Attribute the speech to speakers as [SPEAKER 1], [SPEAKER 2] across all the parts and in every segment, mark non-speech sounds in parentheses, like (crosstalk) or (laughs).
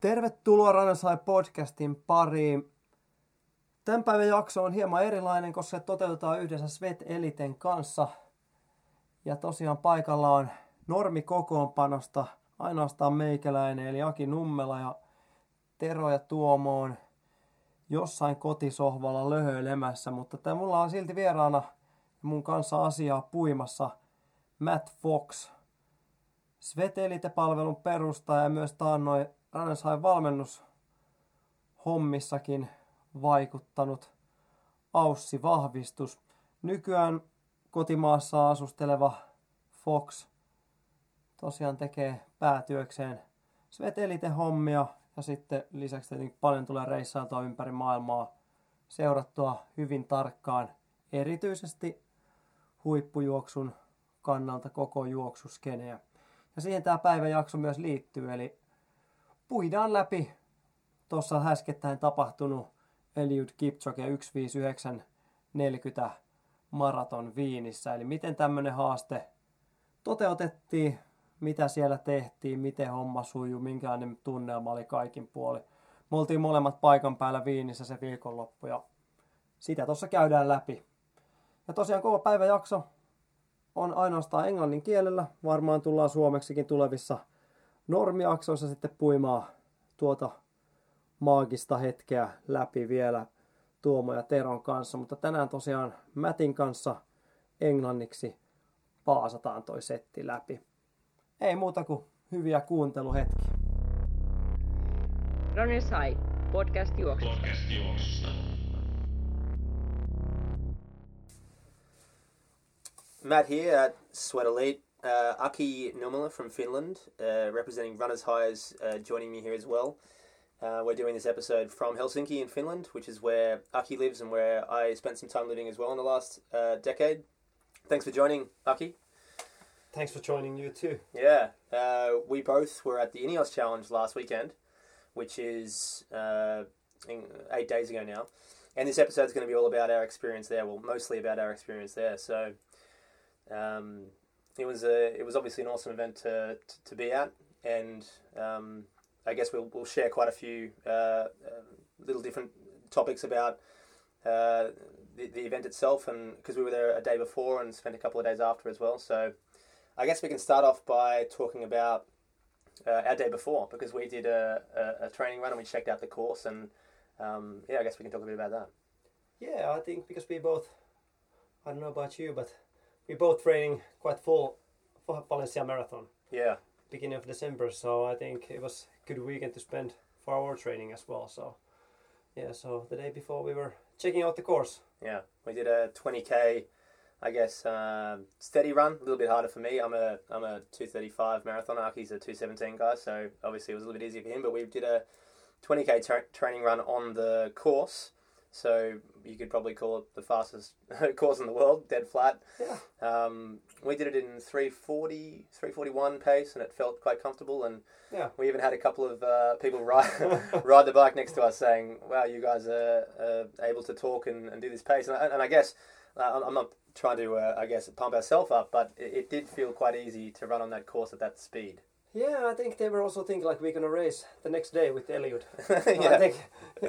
[SPEAKER 1] Tervetuloa Ranasai podcastin pariin. Tämän päivän jakso on hieman erilainen, koska se toteutetaan yhdessä Svet Eliten kanssa. Ja tosiaan paikalla on normi kokoonpanosta ainoastaan meikäläinen eli Aki Nummela ja Tero ja Tuomo on jossain kotisohvalla löhöilemässä, mutta tää mulla on silti vieraana ja mun kanssa asiaa puimassa Matt Fox, Svetelite-palvelun perustaja ja myös taannoin Ranashain valmennushommissakin vaikuttanut Aussi Vahvistus. Nykyään kotimaassa asusteleva Fox tosiaan tekee päätyökseen Svetelite-hommia ja sitten lisäksi tietenkin paljon tulee reissailtua ympäri maailmaa seurattua hyvin tarkkaan erityisesti huippujuoksun kannalta koko juoksuskeneä. Ja siihen tämä päiväjakso myös liittyy, eli puidaan läpi tuossa äskettäin tapahtunut Eliud Kipchoge 15940 maraton Viinissä. Eli miten tämmöinen haaste toteutettiin, mitä siellä tehtiin, miten homma sujuu, minkälainen tunnelma oli kaikin puoli. Me oltiin molemmat paikan päällä Viinissä se viikonloppu ja sitä tuossa käydään läpi. Ja tosiaan kova päiväjakso on ainoastaan englannin kielellä. Varmaan tullaan suomeksikin tulevissa normiaksoissa sitten puimaa tuota maagista hetkeä läpi vielä Tuomo ja Teron kanssa. Mutta tänään tosiaan Mätin kanssa englanniksi paasataan toi setti läpi. Ei muuta kuin hyviä kuunteluhetkiä.
[SPEAKER 2] Runner Sai, podcast juoksusta.
[SPEAKER 3] Matt here at Sweat Elite. Uh, Aki Numala from Finland, uh, representing Runners High, is uh, joining me here as well. Uh, we're doing this episode from Helsinki in Finland, which is where Aki lives and where I spent some time living as well in the last uh, decade. Thanks for joining, Aki.
[SPEAKER 1] Thanks for joining you too.
[SPEAKER 3] Yeah, uh, we both were at the Ineos Challenge last weekend, which is uh, in- eight days ago now. And this episode's going to be all about our experience there. Well, mostly about our experience there. So um, it was a, it was obviously an awesome event to, to, to be at, and um, I guess we'll, we'll share quite a few uh, uh, little different topics about uh, the, the event itself, and because we were there a day before and spent a couple of days after as well. So I guess we can start off by talking about uh, our day before because we did a, a, a training run and we checked out the course and um, yeah, I guess we can talk a bit about that.
[SPEAKER 1] Yeah, I think because we both, I don't know about you, but we both training quite full for Valencia Marathon
[SPEAKER 3] Yeah,
[SPEAKER 1] beginning of December. So I think it was good weekend to spend for our training as well. So yeah, so the day before we were checking out the course.
[SPEAKER 3] yeah, we did a 20k, I guess um, steady run. A little bit harder for me. I'm a I'm a 235 marathon. Aki's a 217 guy, so obviously it was a little bit easier for him. But we did a 20k tra- training run on the course. So you could probably call it the fastest (laughs) course in the world, dead flat.
[SPEAKER 1] Yeah.
[SPEAKER 3] Um, we did it in 340, 341 pace, and it felt quite comfortable. And
[SPEAKER 1] Yeah.
[SPEAKER 3] we even had a couple of uh, people (laughs) ride, ride the bike next to us saying, wow, you guys are uh, able to talk and, and do this pace. And I, and I guess, uh, I'm- I'm not trying to, uh, I guess, pump ourselves up, but it, it did feel quite easy to run on that course at that speed. (laughs)
[SPEAKER 1] Yeah, I think they were also thinking like we're gonna race the next day with (laughs) Eliud. I
[SPEAKER 3] Yeah.
[SPEAKER 1] think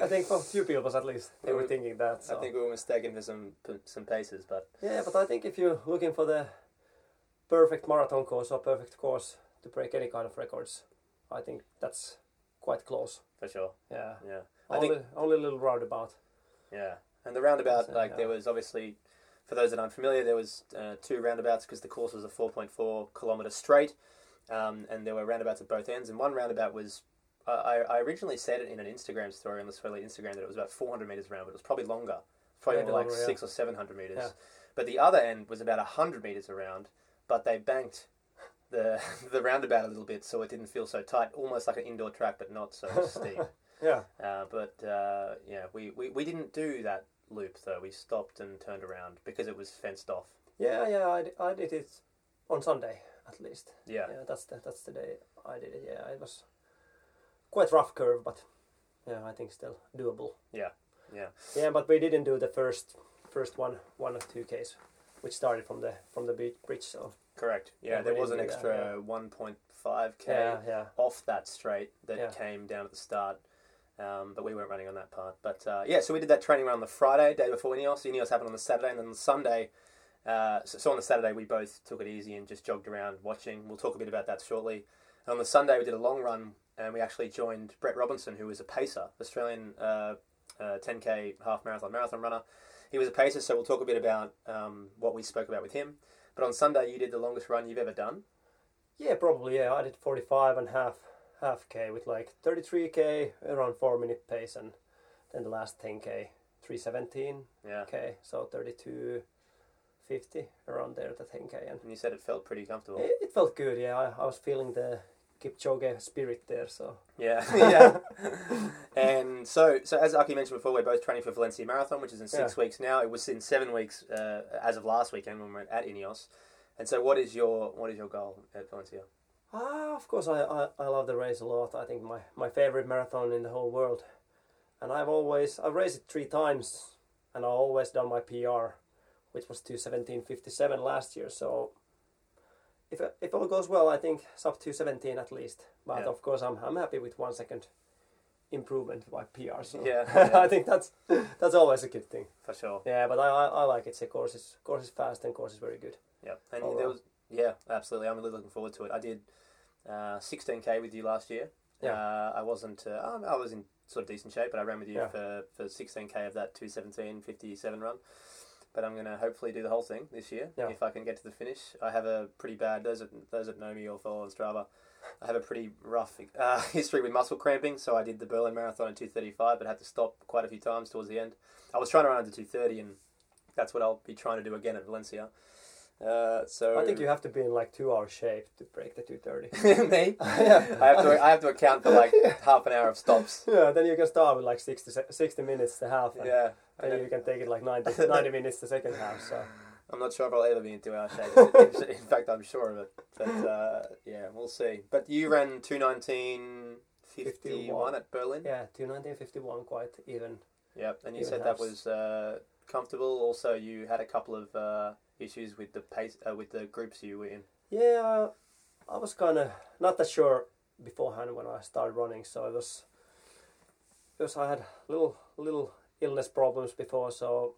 [SPEAKER 1] I think for a few people at least they were thinking that. So.
[SPEAKER 3] I think we were mistaken for some some paces, but
[SPEAKER 1] Yeah, but I think if you're looking for the perfect marathon course or perfect course to break any kind of records, I think that's quite close.
[SPEAKER 3] for sure,
[SPEAKER 1] Yeah.
[SPEAKER 3] yeah. I
[SPEAKER 1] Only,
[SPEAKER 3] think
[SPEAKER 1] only a little roundabout.
[SPEAKER 3] Yeah, and the roundabout,
[SPEAKER 1] So, uh,
[SPEAKER 3] like
[SPEAKER 1] yeah.
[SPEAKER 3] there was obviously, for those that aren't familiar, there was uh, two roundabouts because the course was a four point four kilometer straight, um, and there were roundabouts at both ends. And one roundabout was, I I I originally said it in an Instagram story on the Swirly Instagram that it was about four hundred meters round, but it was probably longer, probably
[SPEAKER 1] Yeah,
[SPEAKER 3] more like
[SPEAKER 1] longer, yeah.
[SPEAKER 3] six or seven hundred meters.
[SPEAKER 1] Yeah.
[SPEAKER 3] But the other end was about hundred meters around, but they banked. The, (laughs) the roundabout a little bit so it didn't feel so tight almost like an indoor track but not so steep
[SPEAKER 1] Yeah.
[SPEAKER 3] uh, but uh, yeah, we, we, we didn't do that loop though. We stopped and turned around because it was fenced off.
[SPEAKER 1] Yeah, yeah, I, d- I did it on Sunday at least.
[SPEAKER 3] Yeah.
[SPEAKER 1] Yeah, that's the, that's the day I did it. Yeah, it was quite rough curve, but yeah, I think still doable.
[SPEAKER 3] Yeah, yeah.
[SPEAKER 1] Yeah, but we didn't do the first first one one or two case, which started from the from the bri- bridge. So
[SPEAKER 3] Correct. Yeah,
[SPEAKER 1] Yeah,
[SPEAKER 3] there
[SPEAKER 1] we
[SPEAKER 3] was an
[SPEAKER 1] didn't do that,
[SPEAKER 3] extra 1.5k
[SPEAKER 1] Yeah, yeah.
[SPEAKER 3] off that straight that
[SPEAKER 1] Yeah.
[SPEAKER 3] came down at the start, um, but we weren't running on that part. But uh, yeah, so we did that training run on the Friday, day before Ineos. Ineos happened on the Saturday, and then on the Sunday. Uh, so, so on the Saturday, we both took it easy and just jogged around watching. We'll talk a bit about that shortly. And on the Sunday, we did a long run, and we actually joined Brett Robinson, who was a pacer, Australian uh, uh, 10k half marathon marathon runner. He was a pacer, so we'll talk a bit about um, what we spoke about with him. But on Sunday, you did the longest run you've ever done.
[SPEAKER 1] Yeah, probably. Yeah, I did 45 and half half k with like 33k around four minute pace, and then the last 10k 317
[SPEAKER 3] Yeah.
[SPEAKER 1] k, so 32 50 around there the 10k, and
[SPEAKER 3] And you said it felt pretty comfortable.
[SPEAKER 1] it, it felt good. Yeah, I, I was feeling the Kipchoge spirit there. So
[SPEAKER 3] Yeah. (laughs) yeah. and so, so as Aki mentioned before, we're both training for Valencia Marathon, which is in six weeks now. It was in seven weeks uh, as of last weekend when we were at Ineos. And so, what is your what is your goal at Valencia?
[SPEAKER 1] Ah, of course, I, I, I love the race a lot. I think my, my favorite marathon in the whole world. And I've always, I've raced it three times and I've always done my PR, which was 217.57 last year. So if, if all goes well, I think sub 217 at least. But
[SPEAKER 3] Yeah.
[SPEAKER 1] of course, I'm, I'm happy with one second improvement by PR. So (laughs)
[SPEAKER 3] Yeah, yeah.
[SPEAKER 1] I think that's that's always a good thing.
[SPEAKER 3] For sure.
[SPEAKER 1] Yeah, but I, I, I like it. The course is, course is fast and course is very good.
[SPEAKER 3] Yeah. And
[SPEAKER 1] All
[SPEAKER 3] there
[SPEAKER 1] right.
[SPEAKER 3] was, yeah, absolutely. I'm really looking forward to it. I did uh, 16k with you last year.
[SPEAKER 1] Yeah.
[SPEAKER 3] Uh, I wasn't. Uh, um, I was in sort of decent shape, but I ran with you
[SPEAKER 1] Yeah.
[SPEAKER 3] for, for 16k of that 217.57 run. But I'm gonna hopefully do the whole thing this year
[SPEAKER 1] Yeah.
[SPEAKER 3] if I can get to the finish. I have a pretty bad those that, those that know me or follow on Strava. I have a pretty rough uh, (laughs) history with muscle cramping, so I did the Berlin Marathon in 2:35, but had to stop quite a few times towards the end. I was trying to run under 2:30, and that's what I'll be trying to do again at Valencia. Uh, so
[SPEAKER 1] I think
[SPEAKER 3] (laughs)
[SPEAKER 1] you have to be in like two hour shape to break the 230.
[SPEAKER 3] me. (laughs) I have to. I have to account
[SPEAKER 1] (laughs)
[SPEAKER 3] for like half an hour of stops.
[SPEAKER 1] Yeah, then you can start with like 60, se- 60 minutes to half, and
[SPEAKER 3] Yeah. I
[SPEAKER 1] then
[SPEAKER 3] know.
[SPEAKER 1] you can take it like
[SPEAKER 3] (laughs)
[SPEAKER 1] 90, 90 minutes to second half. So
[SPEAKER 3] I'm not sure if I'll ever be in two hour shape. (laughs) In fact, I'm sure of it. But uh, yeah, we'll see. But you ran 219.51 at Berlin.
[SPEAKER 1] yeah, two nineteen fifty one, quite even.
[SPEAKER 3] Yep. And you
[SPEAKER 1] Even
[SPEAKER 3] said that
[SPEAKER 1] halves.
[SPEAKER 3] was uh, comfortable. Also, you had a couple of uh, issues with the pace uh, with the groups you were in.
[SPEAKER 1] Yeah, I was kind of not that sure beforehand when I started running, so it was because I had little little illness problems before, so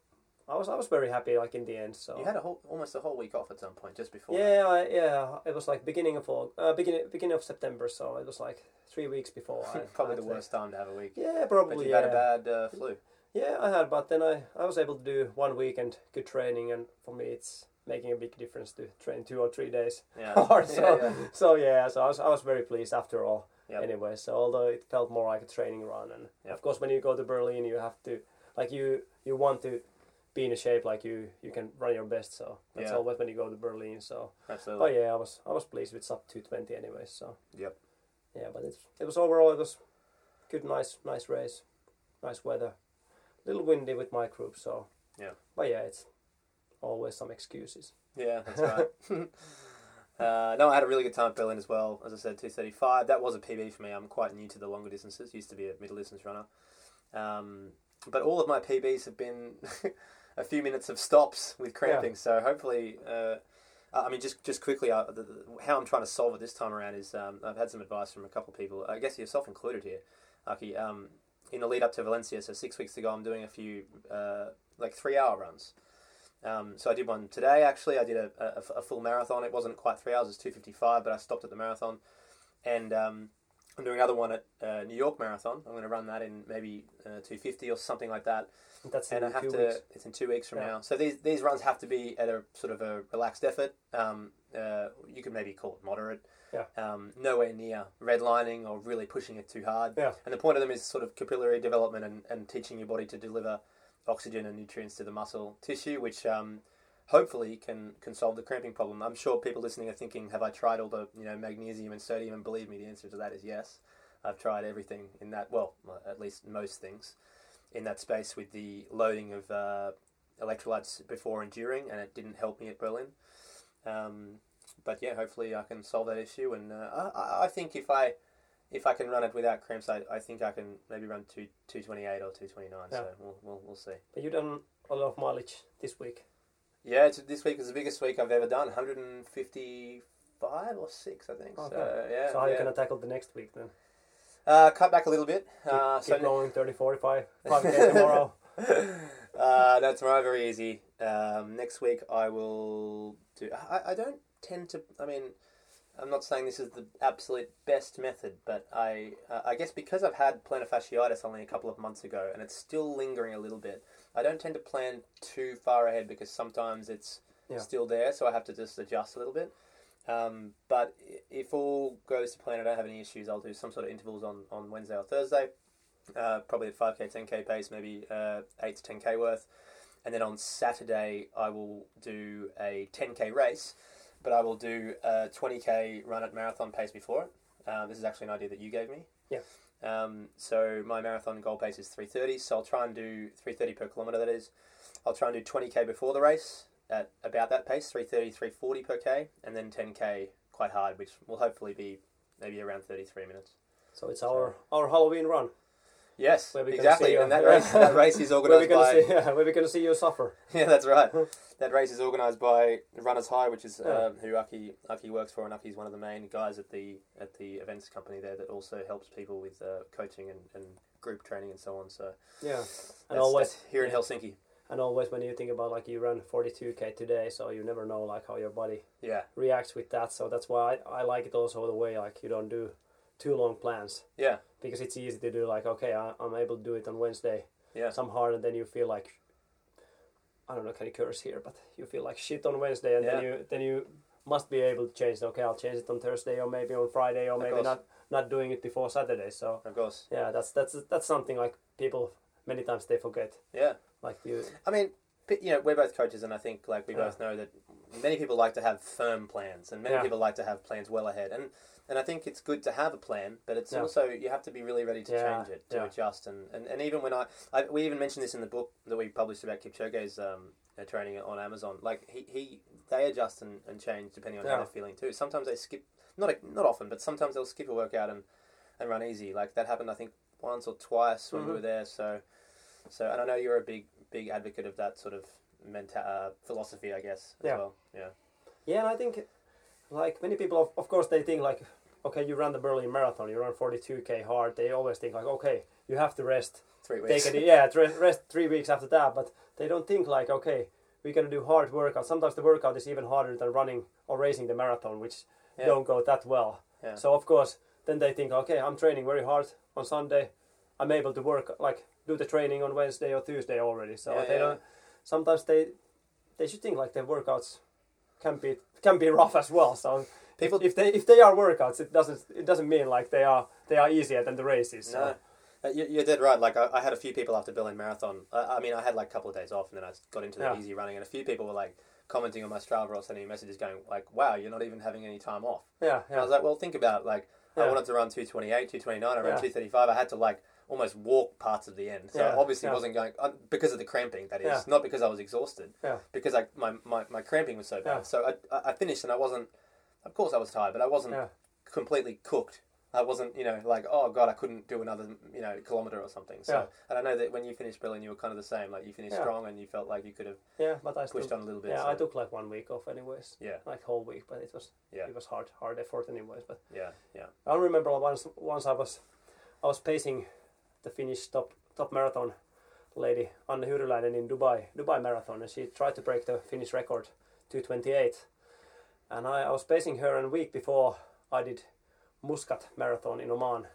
[SPEAKER 1] I was I was very happy like in the end. So
[SPEAKER 3] You had a whole almost a whole week off at some point just before.
[SPEAKER 1] yeah, I, yeah, it was like beginning of Aug- uh, beginning beginning of September, so it was like three weeks before.
[SPEAKER 3] (laughs)
[SPEAKER 1] I,
[SPEAKER 3] Probably
[SPEAKER 1] I'd
[SPEAKER 3] the
[SPEAKER 1] say.
[SPEAKER 3] worst time to have a week.
[SPEAKER 1] Yeah,
[SPEAKER 3] But
[SPEAKER 1] probably.
[SPEAKER 3] you
[SPEAKER 1] yeah.
[SPEAKER 3] had a bad uh, flu.
[SPEAKER 1] Yeah, I had, but then I, I was able to do one weekend good training, and for me, it's making a big difference to train two or three days (laughs)
[SPEAKER 3] Yeah.
[SPEAKER 1] hard.
[SPEAKER 3] Yeah,
[SPEAKER 1] So,
[SPEAKER 3] yeah.
[SPEAKER 1] so yeah, so I was, I was very pleased after all.
[SPEAKER 3] Yep.
[SPEAKER 1] Anyway, so although it felt more like a training run, and
[SPEAKER 3] Yep.
[SPEAKER 1] of course, when you go to Berlin, you have to like you you want to be in a shape like you you can run your best. So that's
[SPEAKER 3] Yeah.
[SPEAKER 1] always when you go to Berlin. So
[SPEAKER 3] Absolutely.
[SPEAKER 1] oh yeah, I was I was pleased with sub two twenty anyway. So
[SPEAKER 3] Yep.
[SPEAKER 1] yeah, but it's, it was overall it was good, nice, nice race, nice weather. A little windy with my group, so
[SPEAKER 3] Yeah.
[SPEAKER 1] But yeah, it's always some excuses.
[SPEAKER 3] Yeah, that's right. (laughs) uh, no, I had a really good time at Berlin as well. As I said, 235. That was a PB for me. I'm quite new to the longer distances. Used to be a middle distance runner. Um, but all of my PBs have been (laughs) a few minutes of stops with cramping. So hopefully, uh, I I mean, just just quickly, uh, the, the, how I'm trying to solve it this time around is um, I've had some advice from a couple of people. I guess yourself included here, Aki. Um, in the lead up to Valencia, so six weeks ago, I'm doing a few uh, like three hour runs. Um, so I did one today. Actually, I did a, a, a full marathon. It wasn't quite three hours; it's two fifty five. But I stopped at the marathon, and um, I'm doing another one at uh, New York Marathon. I'm going to run that in maybe uh, two fifty or something like that.
[SPEAKER 1] That's
[SPEAKER 3] And
[SPEAKER 1] in
[SPEAKER 3] I have
[SPEAKER 1] two
[SPEAKER 3] to.
[SPEAKER 1] weeks.
[SPEAKER 3] It's in two weeks from
[SPEAKER 1] Yeah.
[SPEAKER 3] now. So these these runs have to be at a sort of a relaxed effort. Um, uh, you could maybe call it moderate.
[SPEAKER 1] Yeah.
[SPEAKER 3] Um, nowhere near redlining or really pushing it too hard.
[SPEAKER 1] Yeah.
[SPEAKER 3] And the point of them is sort of capillary development and, and teaching your body to deliver oxygen and nutrients to the muscle tissue, which um, hopefully can can solve the cramping problem. I'm sure people listening are thinking, have I tried all the you know magnesium and sodium? And believe me, the answer to that is yes. I've tried everything in that. Well, at least most things in that space with the loading of uh, electrolytes before and during, and it didn't help me at Berlin. Um, but yeah, hopefully I can solve that issue. And uh, I- I, I think if I if I can run it without cramps, I, I think I can maybe run two two twenty eight or two twenty nine. So we'll, we'll we'll see.
[SPEAKER 1] But you done a lot of mileage this week.
[SPEAKER 3] Yeah, it's, this week was the biggest week I've ever done. 155 or six, I think. So
[SPEAKER 1] Okay.
[SPEAKER 3] yeah.
[SPEAKER 1] Oh, so how are you
[SPEAKER 3] yeah.
[SPEAKER 1] going to tackle the next week then?
[SPEAKER 3] Uh, cut back a little bit. Uh,
[SPEAKER 1] Keep
[SPEAKER 3] so
[SPEAKER 1] going 30, 45, 5 days (laughs) tomorrow.
[SPEAKER 3] uh, no, tomorrow very easy. Um, next week I will do. I, I don't tend to. I mean, I'm not saying this is the absolute best method, but I uh, I guess because I've had plantar fasciitis only a couple of months ago and it's still lingering a little bit. I don't tend to plan too far ahead because sometimes it's
[SPEAKER 1] Yeah.
[SPEAKER 3] still there, so I have to just adjust a little bit. Um, but i- if all goes to plan, I don't have any issues. I'll do some sort of intervals on, on Wednesday or Thursday, uh, probably at 5k, 10k pace, maybe uh, 8 to 10k worth. And then on Saturday, I will do a 10k race, but I will do a 20k run at marathon pace before it. Um, this is actually an idea that you gave me.
[SPEAKER 1] Yeah.
[SPEAKER 3] Um, so my marathon goal pace is 3:30, so I'll try and do 3:30 per kilometer. That is, I'll try and do 20k before the race at about that pace, 3:30, 3:40 per k, and then 10k quite hard, which will hopefully be maybe around 33 minutes.
[SPEAKER 1] So it's our, our Halloween run.
[SPEAKER 3] Yes,
[SPEAKER 1] Where we gonna see
[SPEAKER 3] exactly.
[SPEAKER 1] you?
[SPEAKER 3] And that race,
[SPEAKER 1] (laughs)
[SPEAKER 3] that race is
[SPEAKER 1] Where we're
[SPEAKER 3] organised by
[SPEAKER 1] going to see, yeah, (laughs) where we gonna see you suffer.
[SPEAKER 3] (laughs) Yeah, that's right.
[SPEAKER 1] (laughs)
[SPEAKER 3] That race is organised by Runners High, which is uh, who Aki Aki works for, and Aki's one of the main guys at the at the events company there that also helps people with uh, coaching and, and group training and so on. So
[SPEAKER 1] Yeah. And
[SPEAKER 3] that's-
[SPEAKER 1] always,
[SPEAKER 3] that's here in Helsinki.
[SPEAKER 1] and always when you think about like you ran 42k today, so you never know like how your body
[SPEAKER 3] Yeah,
[SPEAKER 1] reacts with that. So that's why I, I like it also the way like you don't do too long plans
[SPEAKER 3] yeah,
[SPEAKER 1] because it's easy to do like okay I, I'm able to do it on Wednesday
[SPEAKER 3] yeah,
[SPEAKER 1] some hard and then you feel like I don't know can you curse here but you feel like shit on Wednesday and then
[SPEAKER 3] Yeah.
[SPEAKER 1] you then you must be able to change it. okay I'll change it on Thursday or maybe on Friday or maybe
[SPEAKER 3] course.
[SPEAKER 1] not not doing it before Saturday so
[SPEAKER 3] of course.
[SPEAKER 1] yeah that's that's that's something like people many times they forget
[SPEAKER 3] Yeah,
[SPEAKER 1] like you
[SPEAKER 3] I mean, p- you know, we're both coaches, and I think like we
[SPEAKER 1] Yeah.
[SPEAKER 3] both know that many people like to have firm plans, and many
[SPEAKER 1] Yeah.
[SPEAKER 3] people like to have plans well ahead. And and I think it's good to have a plan, but it's
[SPEAKER 1] Yeah.
[SPEAKER 3] also you have to be really ready to
[SPEAKER 1] Yeah,
[SPEAKER 3] change it, to
[SPEAKER 1] yeah.
[SPEAKER 3] adjust, and, and, and even when I, I we even mentioned this in the book that we published about Kipchoge's um, uh, training on Amazon. Like he, he they adjust and, and change depending on how
[SPEAKER 1] Yeah.
[SPEAKER 3] they're feeling too. Sometimes they skip not not often, but sometimes they'll skip a workout and and run easy. Like that happened, I think once or twice when we
[SPEAKER 1] Mhm.
[SPEAKER 3] were there. So, so and I know you're a big big advocate of that sort of menta- uh, philosophy, I guess. As
[SPEAKER 1] Yeah.
[SPEAKER 3] Well. Yeah.
[SPEAKER 1] Yeah, and I think, like many people, of, of course, they think like, okay, you ran the Berlin Marathon, you ran 42k hard. They always think like, okay, you have to rest.
[SPEAKER 3] Three
[SPEAKER 1] Take
[SPEAKER 3] weeks.
[SPEAKER 1] it,
[SPEAKER 3] (laughs)
[SPEAKER 1] yeah, tre- rest three weeks after that. But they don't think like, okay, we're gonna do hard workout. Sometimes the workout is even harder than running or racing the marathon, which
[SPEAKER 3] Yeah.
[SPEAKER 1] don't go that well.
[SPEAKER 3] Yeah.
[SPEAKER 1] So of course, then they think, okay, I'm training very hard on Sunday. I'm able to work like do the training on Wednesday or Tuesday already. So
[SPEAKER 3] Yeah,
[SPEAKER 1] they
[SPEAKER 3] yeah.
[SPEAKER 1] don't. Sometimes they they should think like their workouts can be can be (laughs) rough as well. So
[SPEAKER 3] People-
[SPEAKER 1] people, if they if they are workouts, it doesn't it doesn't mean like they are they are easier than the races. So.
[SPEAKER 3] No. Uh, you- You're dead right. Like I, I had a few people after Berlin Marathon. I, I mean, I had like a couple of days off, and then I got into the
[SPEAKER 1] Yeah.
[SPEAKER 3] easy running, and a few people were like commenting on my Strava or sending me messages going like, "Wow, you're not even having any time off."
[SPEAKER 1] Yeah,
[SPEAKER 3] And I
[SPEAKER 1] yeah,
[SPEAKER 3] was like, "Well, think about it. like I
[SPEAKER 1] Yeah.
[SPEAKER 3] wanted to run 228, 229. I ran
[SPEAKER 1] Yeah.
[SPEAKER 3] 235. I had to like almost walk parts of the end. So
[SPEAKER 1] Yeah,
[SPEAKER 3] obviously
[SPEAKER 1] yeah.
[SPEAKER 3] wasn't going uh, because of the cramping. That is
[SPEAKER 1] Yeah.
[SPEAKER 3] not because I was exhausted.
[SPEAKER 1] yeah,
[SPEAKER 3] because I my, my, my cramping was so bad.
[SPEAKER 1] Yeah.
[SPEAKER 3] So I, I- I finished and I wasn't. Of course, I was tired, but I wasn't
[SPEAKER 1] Yeah.
[SPEAKER 3] completely cooked. I wasn't, you know, like oh god, I couldn't do another, you know, kilometer or something. So
[SPEAKER 1] Yeah.
[SPEAKER 3] and I know that when you finished Berlin, you were kind of the same. Like you finished
[SPEAKER 1] Yeah.
[SPEAKER 3] strong and you felt like you could have
[SPEAKER 1] yeah. But I still,
[SPEAKER 3] pushed on a little bit.
[SPEAKER 1] yeah,
[SPEAKER 3] so-
[SPEAKER 1] I took like one week off anyways.
[SPEAKER 3] Yeah.
[SPEAKER 1] like whole week, but it was
[SPEAKER 3] Yeah.
[SPEAKER 1] it was hard hard effort anyways. But
[SPEAKER 3] Yeah, yeah,
[SPEAKER 1] I remember once once I was I was pacing the Finnish top top marathon lady Anne Hyryläinen in Dubai Dubai marathon, and she tried to break the Finnish record, 228. And I, I was pacing her, and a week before I did Muscat marathon in Oman,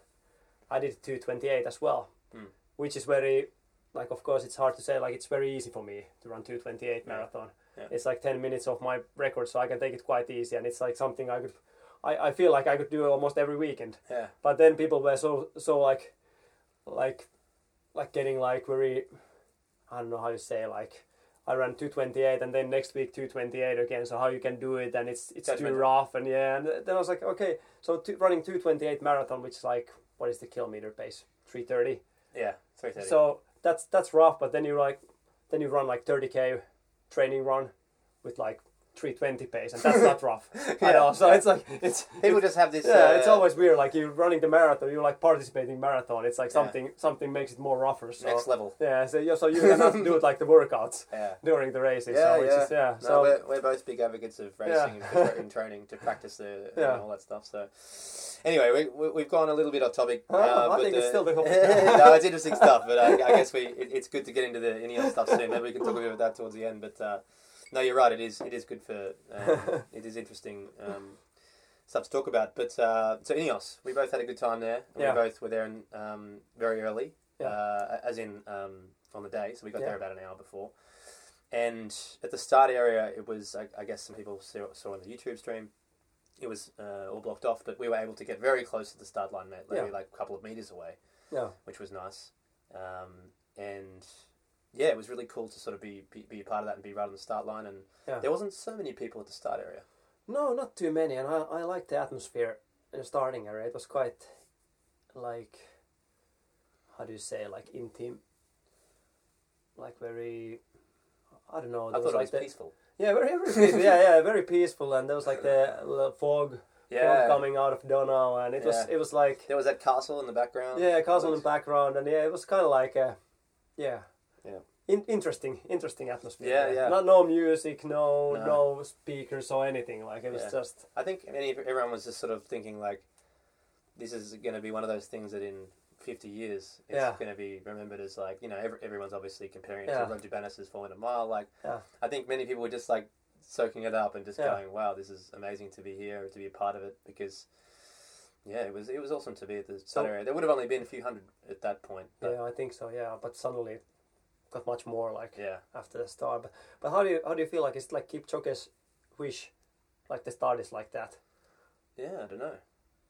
[SPEAKER 1] I did 228 as well,
[SPEAKER 3] Mm.
[SPEAKER 1] which is very like of course it's hard to say like it's very easy for me to run 228
[SPEAKER 3] Yeah.
[SPEAKER 1] marathon.
[SPEAKER 3] Yeah.
[SPEAKER 1] It's like 10 minutes of my record, so I can take it quite easy, and it's like something I could. I, I feel like I could do almost every weekend
[SPEAKER 3] yeah,
[SPEAKER 1] but then people were so so like like like getting like very i don't know how you say like i ran 228 and then next week 228 again so how you can do it and it's it's
[SPEAKER 3] Judgmental.
[SPEAKER 1] too rough and yeah and then i was like okay so two, running 228 marathon which is like what is the kilometer pace 330
[SPEAKER 3] yeah. Three thirty.
[SPEAKER 1] so that's that's rough but then you like then you run like 30k training run with like 320 pace, and that's
[SPEAKER 3] (laughs)
[SPEAKER 1] not rough. I
[SPEAKER 3] Yeah.
[SPEAKER 1] know, so it's like it's
[SPEAKER 3] People just have this.
[SPEAKER 1] yeah,
[SPEAKER 3] uh,
[SPEAKER 1] it's always weird. Like you're running the marathon, you're like participating marathon. It's like
[SPEAKER 3] Yeah.
[SPEAKER 1] something something makes it more rougher. So
[SPEAKER 3] next level.
[SPEAKER 1] yeah, so you so you can have to do it like the workouts
[SPEAKER 3] Yeah.
[SPEAKER 1] during the races.
[SPEAKER 3] Yeah,
[SPEAKER 1] so, which
[SPEAKER 3] yeah.
[SPEAKER 1] Is, yeah.
[SPEAKER 3] No,
[SPEAKER 1] so
[SPEAKER 3] we're, we're both big advocates of racing
[SPEAKER 1] (laughs) Yeah.
[SPEAKER 3] and tra- and training to practice the
[SPEAKER 1] Yeah.
[SPEAKER 3] and all that stuff. So, anyway, we, we, we've gone a little bit off topic. uh,
[SPEAKER 1] Oh, I think it's
[SPEAKER 3] (laughs)
[SPEAKER 1] still the whole-
[SPEAKER 3] no, it's interesting stuff, but uh, I, I guess we it, it's good to get into the Ineos stuff soon. Maybe we can talk a bit about that towards the end. But uh, no, you're right. It is it is good for
[SPEAKER 1] (laughs)
[SPEAKER 3] um, it is interesting um, stuff to talk about. But uh, so Ineos, we both had a good time there. and
[SPEAKER 1] Yeah.
[SPEAKER 3] We both were there in, um, very early,
[SPEAKER 1] Yeah.
[SPEAKER 3] uh, as in um, on the day. So we got
[SPEAKER 1] Yeah.
[SPEAKER 3] there about an hour before. And at the start area, it was, I, I guess some people saw, saw on the YouTube stream, it was uh, all blocked off, but we were able to get very close to the start line, mate, maybe
[SPEAKER 1] Yeah.
[SPEAKER 3] like a couple of meters away,
[SPEAKER 1] yeah,
[SPEAKER 3] which was nice. Um, and yeah, it was really cool to sort of be, be, be a part of that and be right on the start line. And
[SPEAKER 1] Yeah.
[SPEAKER 3] there wasn't so many people at the start area.
[SPEAKER 1] no, not too many. And I I like the atmosphere in the starting area. It was quite like how do you say like intimate, like very. I don't know.
[SPEAKER 3] I
[SPEAKER 1] there
[SPEAKER 3] thought it
[SPEAKER 1] like
[SPEAKER 3] was
[SPEAKER 1] the-
[SPEAKER 3] peaceful.
[SPEAKER 1] Yeah, very, very peaceful. yeah, yeah, very peaceful. And there was like
[SPEAKER 3] (laughs)
[SPEAKER 1] the l- fog, fog
[SPEAKER 3] Yeah.
[SPEAKER 1] coming out of Donau, and it was
[SPEAKER 3] Yeah.
[SPEAKER 1] it was like
[SPEAKER 3] There was that castle in the background.
[SPEAKER 1] yeah, castle in background, and yeah, it was kind of like a yeah,
[SPEAKER 3] Yeah.
[SPEAKER 1] In- interesting, interesting atmosphere.
[SPEAKER 3] Yeah, yeah.
[SPEAKER 1] Not no music, no,
[SPEAKER 3] No.
[SPEAKER 1] no speakers or anything. Like it was
[SPEAKER 3] Yeah.
[SPEAKER 1] just
[SPEAKER 3] I think many everyone was just sort of thinking like, this is going to be one of those things that in fifty years it's
[SPEAKER 1] Yeah.
[SPEAKER 3] going to be remembered as like you know every, everyone's obviously comparing it
[SPEAKER 1] Yeah.
[SPEAKER 3] to Roger Bannister's four in a mile. Like
[SPEAKER 1] Yeah.
[SPEAKER 3] I think many people were just like soaking it up and just
[SPEAKER 1] Yeah.
[SPEAKER 3] going, wow, this is amazing to be here to be a part of it because. Yeah, it was it was awesome to be at the start
[SPEAKER 1] So-
[SPEAKER 3] area. There would have only been a few hundred at that point. But
[SPEAKER 1] yeah, I think so. Yeah, but suddenly it got much more like
[SPEAKER 3] yeah.
[SPEAKER 1] after the start. But, but how do you how do you feel like it's like Kipchoge's wish, like the start is like that.
[SPEAKER 3] yeah, I don't know.